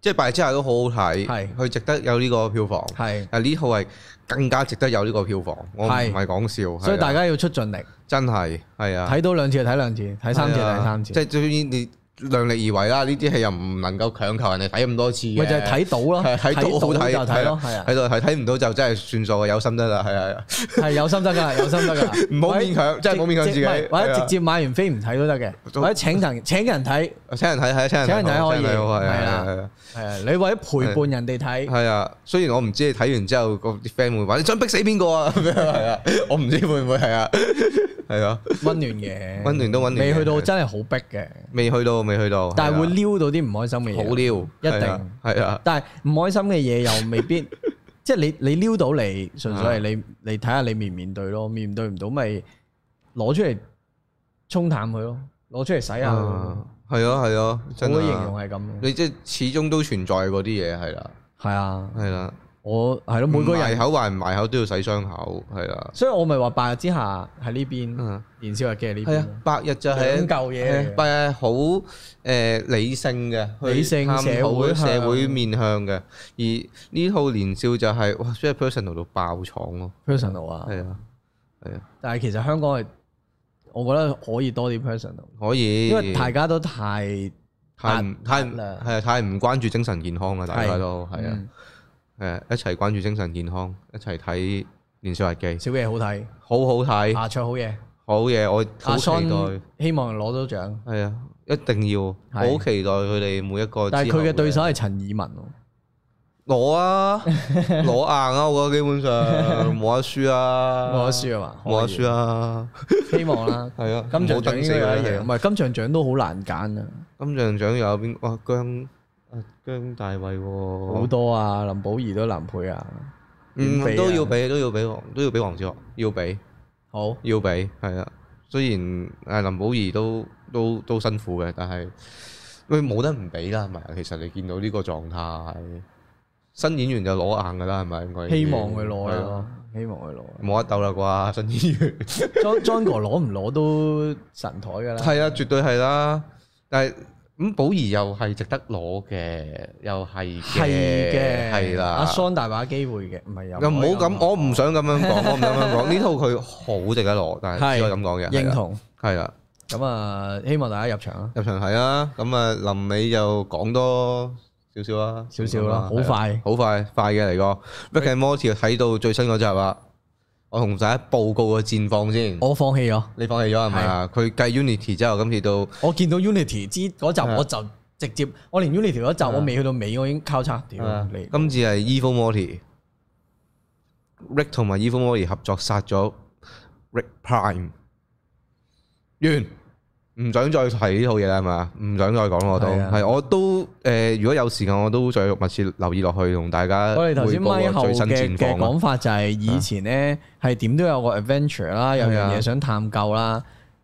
即係《白日之下》都好好睇，係佢值得有呢個票房。係，但啊呢套係更加值得有呢個票房，我唔係係講笑。所係啊以大家要出盡力。真係係啊，睇到兩次就睇兩次，睇三次就睇三次，即係最緊要你量力而為啦。呢啲戲又唔能夠強求人哋睇咁多次嘅咪就係睇到咯，係睇睇到到好睇就睇咯，係係啊，喺度係睇唔到就真係算數啊，有心得啦，係 啊，係有心得㗎，有心得㗎， 唔好勉強或者真係唔好勉強直自己唔係或者係啊直接買完飛唔睇都得嘅，都或者 請人請人睇，係啊請人睇係啊，請人請人睇可以請人睇係係啊，啊係啊，係啊，你或者陪伴人哋 睇，係啊。雖然我唔知你睇完之後個啲 friend 會話你想逼死邊個啊， 咁樣係啊，我唔知會唔會係啊，係啊，温暖嘅，溫暖都溫暖嘅未去到真係好逼嘅，未去到，未去到，但係係啊會撩到啲唔開心嘅好嘢，撩，一係定啊係啊，但係唔開心嘅嘢又 未必，即係你你撩到你，純啊粹係你你睇下你面唔面對咯，面對唔到咪攞出嚟沖淡佢咯，攞出嚟洗下佢咯。啊係啊係啊，我真會形容啊，係咁。你即係始終都存在嗰啲嘢係啦，係啊，係啦。我係咯，每個埋人，嗯口還唔埋口都要洗傷口，係啦。所以我咪話白日之下喺呢邊，嗯，年少日記喺呢係啊邊，，白日就兩係啊嚿嘢嚟嘅。白日好誒理性嘅，去理性探討社會向社會面向嘅。而呢套年少就係哇，即係 personal 到爆廠咯， personal 啊，係啊，係啊，但係其實香港係，我覺得可以多啲 personal，可以。因為大家都太太唔太唔壓啦係啊，太唔關注精神健康啦，大家係都係啊嗯，誒一齊關注精神健康，一齊睇年少日記，少嘢好睇，啊好好睇，阿卓好嘢，好嘢，我阿好期待 Son。希望攞到獎，係啊，一定要，我好期待佢哋每一個。但係佢嘅對手，係陳以文喎，攞 啊，攞硬啊！我覺得基本上冇得輸 啊，我輸啊嘛，冇得輸啊，。可以，希望啦 係啊，金唔像好獎等應死該佢有啊一係樣，啊唔係金像獎都好難揀啊，金像獎又有邊？哇，姜啊姜大衛喎，好多啊，林保怡都難配啊，嗯要俾啊都要俾，都要俾黃，都要俾黃子華，要俾。好要俾係啊。雖然誒林保怡都都都辛苦嘅，但係喂冇得唔俾啦，係咪啊？其實你見到呢個狀態，新演員就攞硬㗎啦，係咪？應該希望佢攞係啊啦，希望佢攞。冇得鬥啦啩，新演員 John John 哥攞唔攞都神台㗎啦，係啊，絕對係啦。但係咁保怡又係值得攞嘅，又係係嘅，係啦。阿 Son 大把機會嘅，唔係又又唔好可以咁，我唔想咁樣講，我唔想咁樣講。呢套佢好值得攞，但係只可以係咁講嘅。係認啦，同。係啦。咁啊，希望大家入場啦，入場睇啦，咁啊臨尾又講多少少啦，少少啦，好係啊快。好快，快嘅嚟個。Rick and Morty 睇到最新嗰集啦，我同大家報告個戰況先。我放棄咗，你放棄咗係咪啊？佢計 Unity 之後，今次到我見到 Unity 之嗰集係啊我就直接，我連 Unity 嗰集係啊我未去到尾，我已經交叉屌啊你。今次係 Evil Morty。Rick 同埋 Evil Morty 合作殺咗 Rick Prime。完，唔想再提呢套嘢啦，係嘛？唔想再講啦我都係啊係，我都誒，如果有時間我都再密切留意落去，同大家我哋頭先匯報個咪後最新嘅戰嘅況啊講法就係以前咧係點都有個 adventure 啦，有係樣啊嘢想探究啦，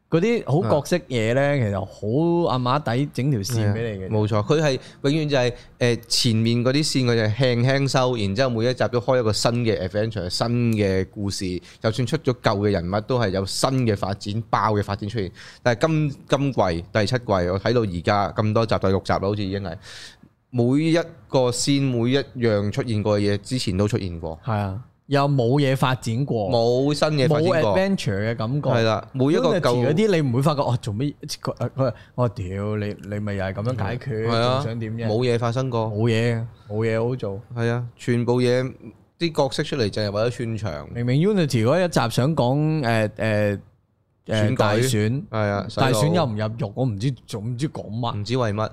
嗰啲好角色嘢咧，其實好阿馬底整條啊線俾你嘅。冇錯，佢係永遠就係、诶前面嗰啲線，佢就輕輕收，然之後每一集都開一個新嘅 adventure、新嘅故事。就算出咗舊嘅人物，都係有新嘅發展、爆嘅發展出現。但係今今季第七季，我睇到而家咁多集，第六集啦，好似已經係每一個先每一樣出現過嘅嘢，之前都出現過，係啊，又冇嘢發展過，冇新嘢發冇展過， adventure 嘅感覺。係啦，每一個 Unity 嗰舊。啲你唔會發覺哦，做咩？佢佢我屌你你咪又係咁樣解決，係啊仲，想點啫？冇嘢發生過，冇嘢嘅，冇嘢好做。係啊，全部嘢啲角色出嚟就係為咗串場，明明 Unity 嗰一集想講誒誒選誒舉大選，係啊，洗嗯大選腦又唔入肉，我唔知仲唔啊知講乜。唔知為乜。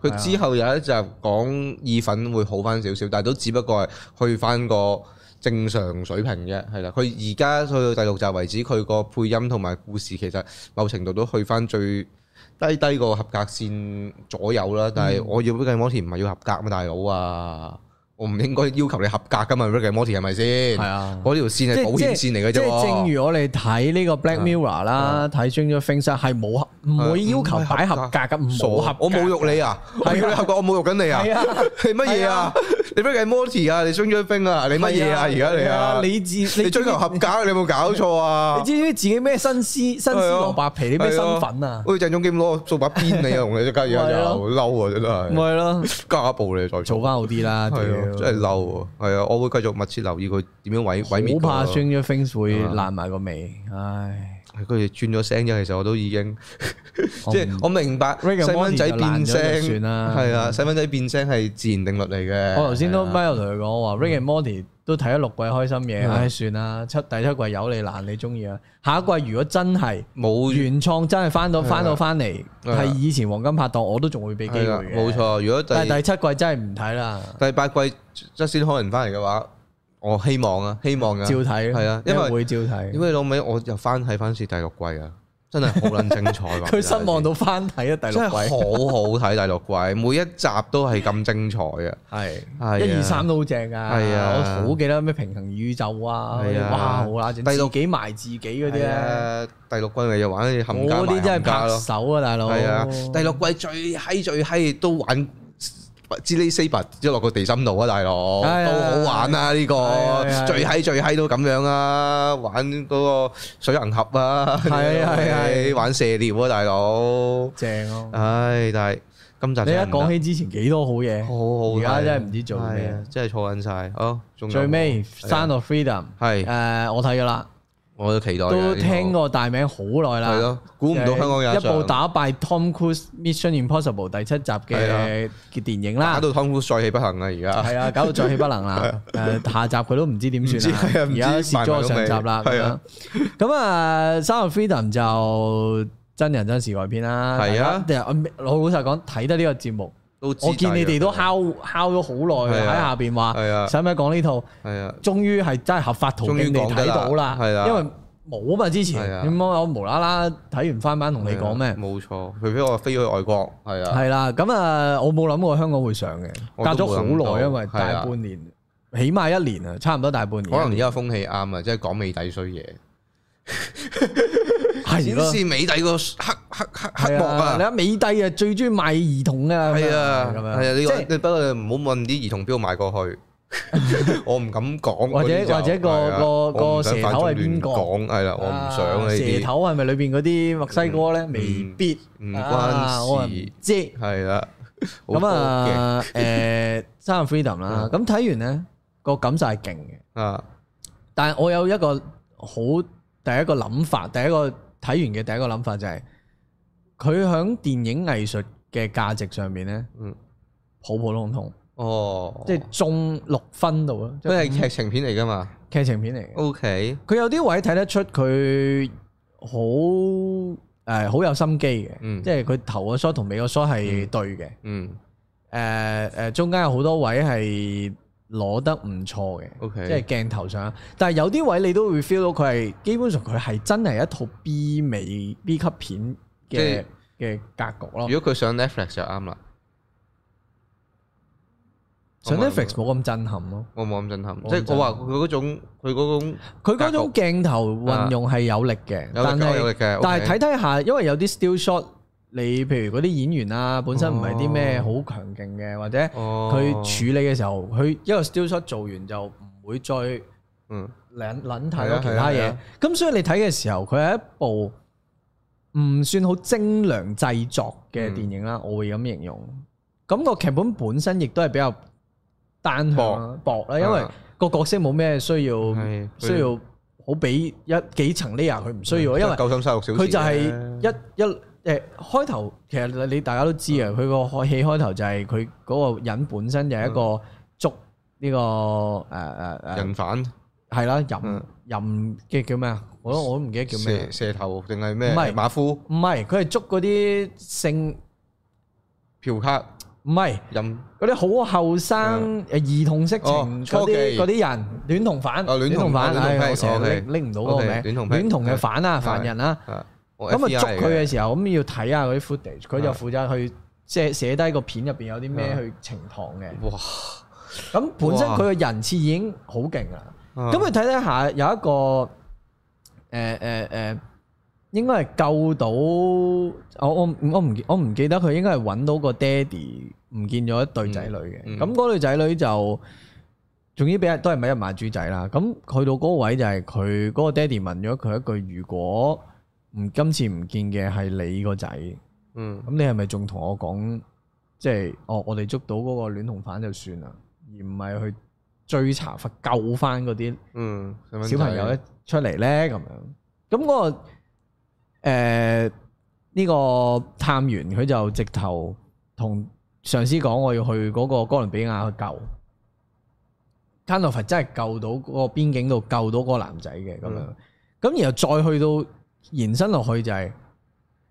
佢之後有一集講意粉會好翻少少，但係都只不過係去翻個正常水平啫，係啦。佢而家去到第六集為止，佢個配音同埋故事其實某程度都去翻最低低個合格線左右啦。但嗯係我要 Rick and Morty 唔係要合格嘛，大佬啊！我唔應該要求你合格噶嘛，Rick and Morty 係咪先？係啊嗰條線係保險線嚟嘅啫即係喎。啊正如我哋睇呢個 Black Mirror 啦，睇 Stranger Things 啊係冇合唔會要求擺合格㗎，傻，唔好合格。我侮辱你啊！我要你合格，我侮辱緊你啊！係啊！你乜嘢啊？你乜嘢 Morty 啊？你雙張兵啊？你乜嘢啊？而家你啊？你自你你追求合格，你有冇搞錯啊你？知唔知自己咩新絲新絲係啊蘿蔔皮？你咩身份啊？好似鄭中基咁攞掃把鞭你啊！同你隻雞而家係就啊好嬲啊！真係咪咯，家暴你再做做，翻好啲啦，屌係啊，真係嬲啊！係啊，我會繼續密切留意佢點樣毀毀滅好佢啊。怕 Stranger Things 會爛埋個尾，唉，佢哋轉咗聲啫，其實我都已經。我即係唔我明白 Rick and 細蚊仔 Morty 就爛變咗就聲算啦係啊，細蚊仔變聲係自然定律嚟嘅。我頭先都係啊 Milo 同佢講我話 Rick and Morty 都睇咗六季開心嘢，嗯唉算啦，七第七季有你爛你中意啦。下一季如果真係冇原創真係嗯翻到翻到翻嚟，係啊係以前黃金拍檔我都仲會俾機會係啦嘅，冇。錯。嗯如果第但係第七季真係唔睇啦，第八季即先可能翻嚟嘅話，我希望啊，希望啊，照睇係啊因因為為會照因睇。為老尾我又翻睇翻次第六季啊，真係好撚精彩喎！ 佢失望到翻睇啊第真六係季，好好睇第六季，每一集都係咁精彩啊！係係啊一二三都好正噶，係啊我好記得咩平衡宇宙啊，係啊哇好啦，第第六六己埋自己嗰啲係咧，啊，第六季咪又玩啲冚家我嗰啲埋真係冚家拍咯，手啊大佬，係啊！第六季最閪最閪都玩。知呢 saber 即落個地心度啊，大佬都係啊好玩啊！呢個係係係最閪最閪都咁樣啊，玩嗰個水銀盒啊，係 啊係啊係玩射獵啊，大佬。正咯。唉，但係今集你一啊真係唔得講起之前幾多好嘢，好好而睇啊，家真係唔知做咩係啊，真係錯緊晒。哦，仲有最尾《係啊 Sound of Freedom》係，誒，我睇噶啦，我都期待嘅都呢個聽過大名好耐係啦。咯，估唔到香港有一部上打敗 Tom Cruise《Mission Impossible》第七集係啊嘅嘅電影打啦到，湯夫再氣不行啊！而家係啊，搞到再起不 能啦。誒，下集佢都唔知點算啦唔知係啊唔。知而家蝕咗我上集賣啦，埋咁啊到樣。咁啊，《Sound of Freedom》就真人真事改編啦。係啊大家呃老老實講，睇得呢個節目，都知我見你哋都大敲敲咗好耐係喺啊下邊話，係啊使唔使講呢套？係啊，終於係真係合法途徑地終於講得睇啦到啦，係啦因為冇嘛之前係，啊點解我無啦啦睇完翻版同你講係咩啊？冇錯，除非我飛去外國，係啊，係啦，咁啊，我冇諗過香港會上嘅，我隔都咗冇諗好耐，到因為係大啊半年，起碼一年啊，差唔多大半年，可能而家風氣啱啊，即係講美帝衰嘢，係顯咯。示美帝個黑黑黑黑幕係你啊！睇美帝啊，最中意賣兒童啊，係啊，咁係樣啊，你即係你不過唔好問啲兒童標買過 去，我唔敢講嗰或者啲就。或者個係啊個我唔想個蛇頭係邊個啊反中亂講係啦，我唔想啊呢蛇啲，嗯頭係咪裏邊嗰啲墨西哥咧？未必，唔關啊我唔事知。係啦。好咁多嗯啊，誒《三 Freedom》啦，咁睇完咧個感受係勁嘅，嘅啊，但係我有一個好第一個諗法，第一個睇完嘅第一個諗法就係佢喺電影藝術嘅價值上面咧，嗯，普普通通，哦，即係嗯中六分度啦，即佢係係劇情片嚟噶嘛劇情片嚟嘅。 ？OK，佢有啲位睇得出佢好誒好有心機嘅，嗯即係佢頭個 shot 同尾個 shot 係對嘅。嗯誒誒、中間有好多位係攞得唔錯嘅 OK 即係鏡頭上。但係有啲位你都會 feel 到佢係基本上佢係真係一套 B 美 B 級片即係嘅嘅格局咯。如果佢上 Netflix 就啱啦，上我冇 Netflix 冇咁震撼咯。我冇咁震撼，我即唔係震撼我話佢嗰種佢嗰種佢嗰種鏡頭運用係有力嘅，有力但啊嘅，有係力嘅，但係 OK 睇睇下，因為有啲 still shot，你譬如嗰啲演員啊，本身唔係啲咩好強勁嘅，或者哦佢處理嘅時候，佢一個 still shot 做完就唔會再。嗯撚撚睇咗其係他啊係嘢啊。咁所以你睇嘅時候，佢係一部唔算好精良製作嗯嘅電影啦，我會咁形容。咁個劇本本身亦都係比較單向啦薄啦，因為啊個角色冇咩需要係佢需要好俾一幾層 layer 佢唔需要，因為夠心收六小時佢就嘅係一一誒開頭，其實你大家都知啊，嗯佢個開戲開頭就係佢嗰個人本身就係一嗯個捉呢個誒誒誒人反係啦，任嗯任嘅叫咩啊？我都我都唔記得叫咩蛇。蛇頭定係咩唔係馬夫唔係，佢係捉嗰啲性，嫖客唔係任嗰啲好後生誒兒童色情嗯哦嗰初期啲嗰啲人，戀童犯，哦戀童犯，哦戀童唉癖我成日 OK 拎拎唔到嗰個 OK，名，戀童癖戀童嘅犯啊，係犯人啦。啊，咁我啊捉 FBI 佢嘅時候，咁要睇下嗰啲 footage，佢係就負責去即係寫低個片入邊有啲咩去呈堂嘅。哇，咁本身啊哇佢嘅人設已經好勁啦。啊咁佢睇睇下有一個誒誒誒，應該係救到我我唔我唔我唔記得佢應該係揾到個爹哋唔見咗一對仔女嘅，嗯嗯咁嗰對仔女就總之俾人都係咪一賣豬仔啦。咁去到嗰個位就係佢嗰個爹哋問咗佢一句：如果唔今次唔見嘅係你個仔，咁嗯你係咪仲同我講即係哦？我哋捉到嗰個戀童犯就算啦，而唔係去追查翻救翻嗰啲。嗯小朋友一出嚟咧咁樣，咁嗰、個誒呢、個探員佢就直頭同上司講，我要去嗰個哥倫比亞去救。卡洛佛真係救到嗰個邊境度救到嗰個男仔嘅咁樣，咁、然後再去到延伸落去就係、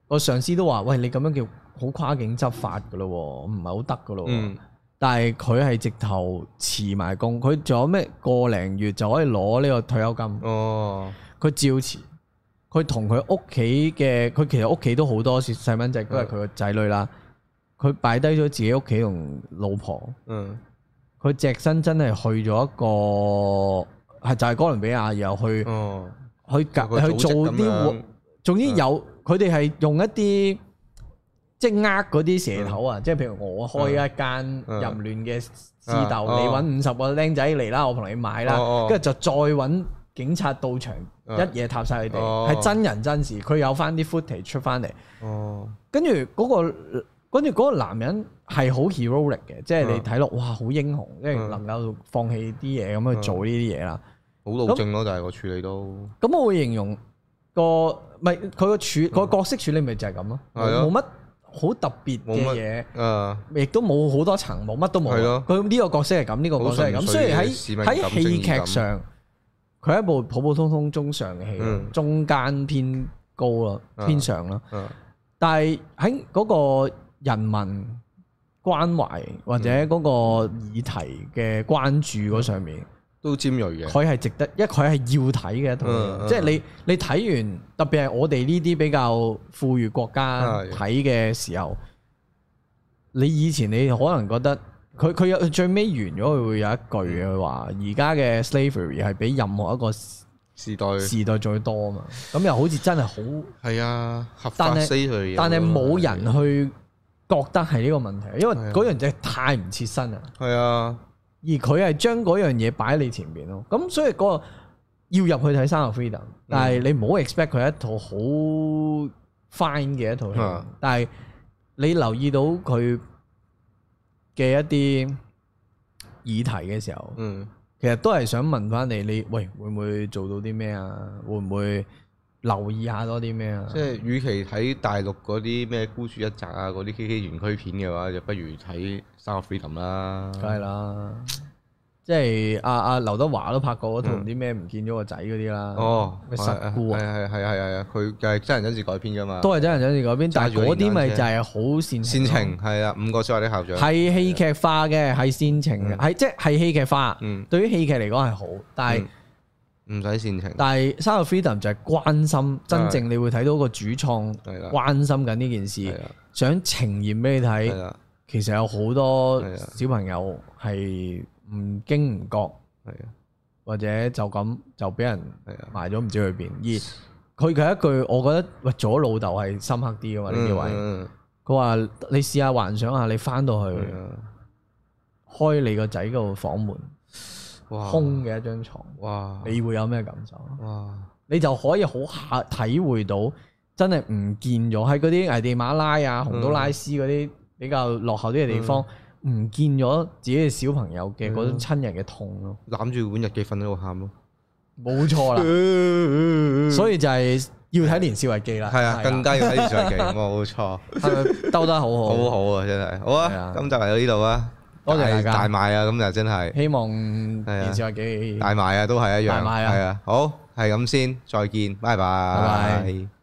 個上司都話：喂，你咁樣叫好跨境執法噶咯喎，唔係好得噶咯喎。嗯但係佢係直頭辭埋工，佢仲有咩個零月就可以攞呢個退休金，哦佢照辭。佢同佢屋企嘅，佢其實屋企都好多細蚊仔，都係佢個仔女啦。佢擺低咗自己屋企同老婆，嗯佢隻身真係去咗一個係就係哥倫比亞，然後去哦，去有個隔去組織做咁樣啲活總啊之有佢哋係用一啲即係呃嗰啲蛇頭啊，即係譬如我開一間嗯淫亂嘅私鬥，啊哦你揾五十個僆仔嚟啦，我同你買哦啦哦，跟住就再揾警察到場，啊一夜踏晒佢哦哋，係真人真事，佢有翻啲 footage 出翻嚟，哦跟住嗰個。跟住嗰個男人係好 heroic 嘅，即係啊你睇落哇好英雄，即係嗯能夠放棄啲嘢咁去啊做呢啲嘢啦。好老正咯，但係個處理都咁我會形容個唔係佢個處個角色處理咪就係咁咯，嗯係咯冇乜好特別冇嘅乜啊嘢，亦都冇好多層，冇乜都冇係咯。佢呢個角色係咁，呢個角色係咁，好純所以粹嘅使喺命感喺戲正義劇感上，佢係一部普普通通中上嘅戲，嗯中間偏高啦，偏上啦。嗯但係喺嗰個人民關懷或者嗰個議題嘅關注嗰上面，都尖鋭嘅，佢係值得，因為佢係要睇嘅一套嘢，嗯嗯即係你你睇完，特別係我哋呢啲比較富裕國家係睇嘅時候，你以前你可能覺得佢佢有最尾完咗，佢會有一句嘅嗯佢話，而家嘅 slavery 係比任何一個時代時代最多啊嘛，咁又好似真係好。係啊，合法但係 say 佢嘢，啊但係冇人去覺得係呢個問題，因為係啊嗰樣嘢太唔切身啦。係啊，而佢係將嗰樣嘢擺喺你前邊咯。咁所以嗰個要入去睇《三個 Freedom》，但嗯係你唔好 expect 佢一套好 fine 嘅一套戲啊。但係你留意到佢嘅一啲議題嘅時候，嗯其實都係想問翻你，你喂會唔會做到啲咩啊？會唔會留意下多啲咩啊？即係與其睇大陸嗰啲咩孤注一擲啊，嗰啲 K K 園區片嘅話，就不如睇《三個 Freedom》啦。梗係啊啦，即係阿阿劉德華都拍過嗰套唔知咩唔見咗個仔嗰啲啦，嗯哦，咩實故係啊，係係係係啊，佢就係真人真事改編㗎嘛。都係真人真事嗰邊，但係揸住個嗰啲電單咪車就係好煽煽咯，情係啊，五個小孩的校長。係戲劇化嘅，係煽情嘅，係即係戲劇化。嗯，對於戲劇嚟講係好，但係唔使煽情。但係《三個 Freedom》就係關心，真正你會睇到個主創係啦關心緊呢件係事，啊，想呈現俾你睇係。啊啦，其實有好多係啊小朋友係唔經唔覺。係啊，或者就咁就俾人係啊埋咗唔知去邊。而佢佢一句，我覺得喂做咗老豆係深刻啲噶嘛呢啲位。嗯嗯佢話你試下幻想下，你翻到去嗯係啊，開你個仔嗰個房門，哇，空嘅一張床，哇，你會有咩感受？啊哇，你就可以好下體會到，真係唔見咗喺嗰啲危地馬拉啊、洪都拉斯嗰嗯啲比較落後啲嘅地方，唔見咗自己嘅小朋友嘅嗰種親人嘅痛咯。攬住本日記瞓喺度喊咯。嗯冇錯 啦，所以就係要睇年少日記啦。係係啊，啦更加要睇上鏡，冇錯。係咪兜得好好，好好啊，真係好係啊啊！今集嚟到呢度啊，多謝大家大賣啊！咁就真 係希望年少日記大賣啊，都係一樣，大賣啊係啊，好係咁先，再見，拜拜，拜拜。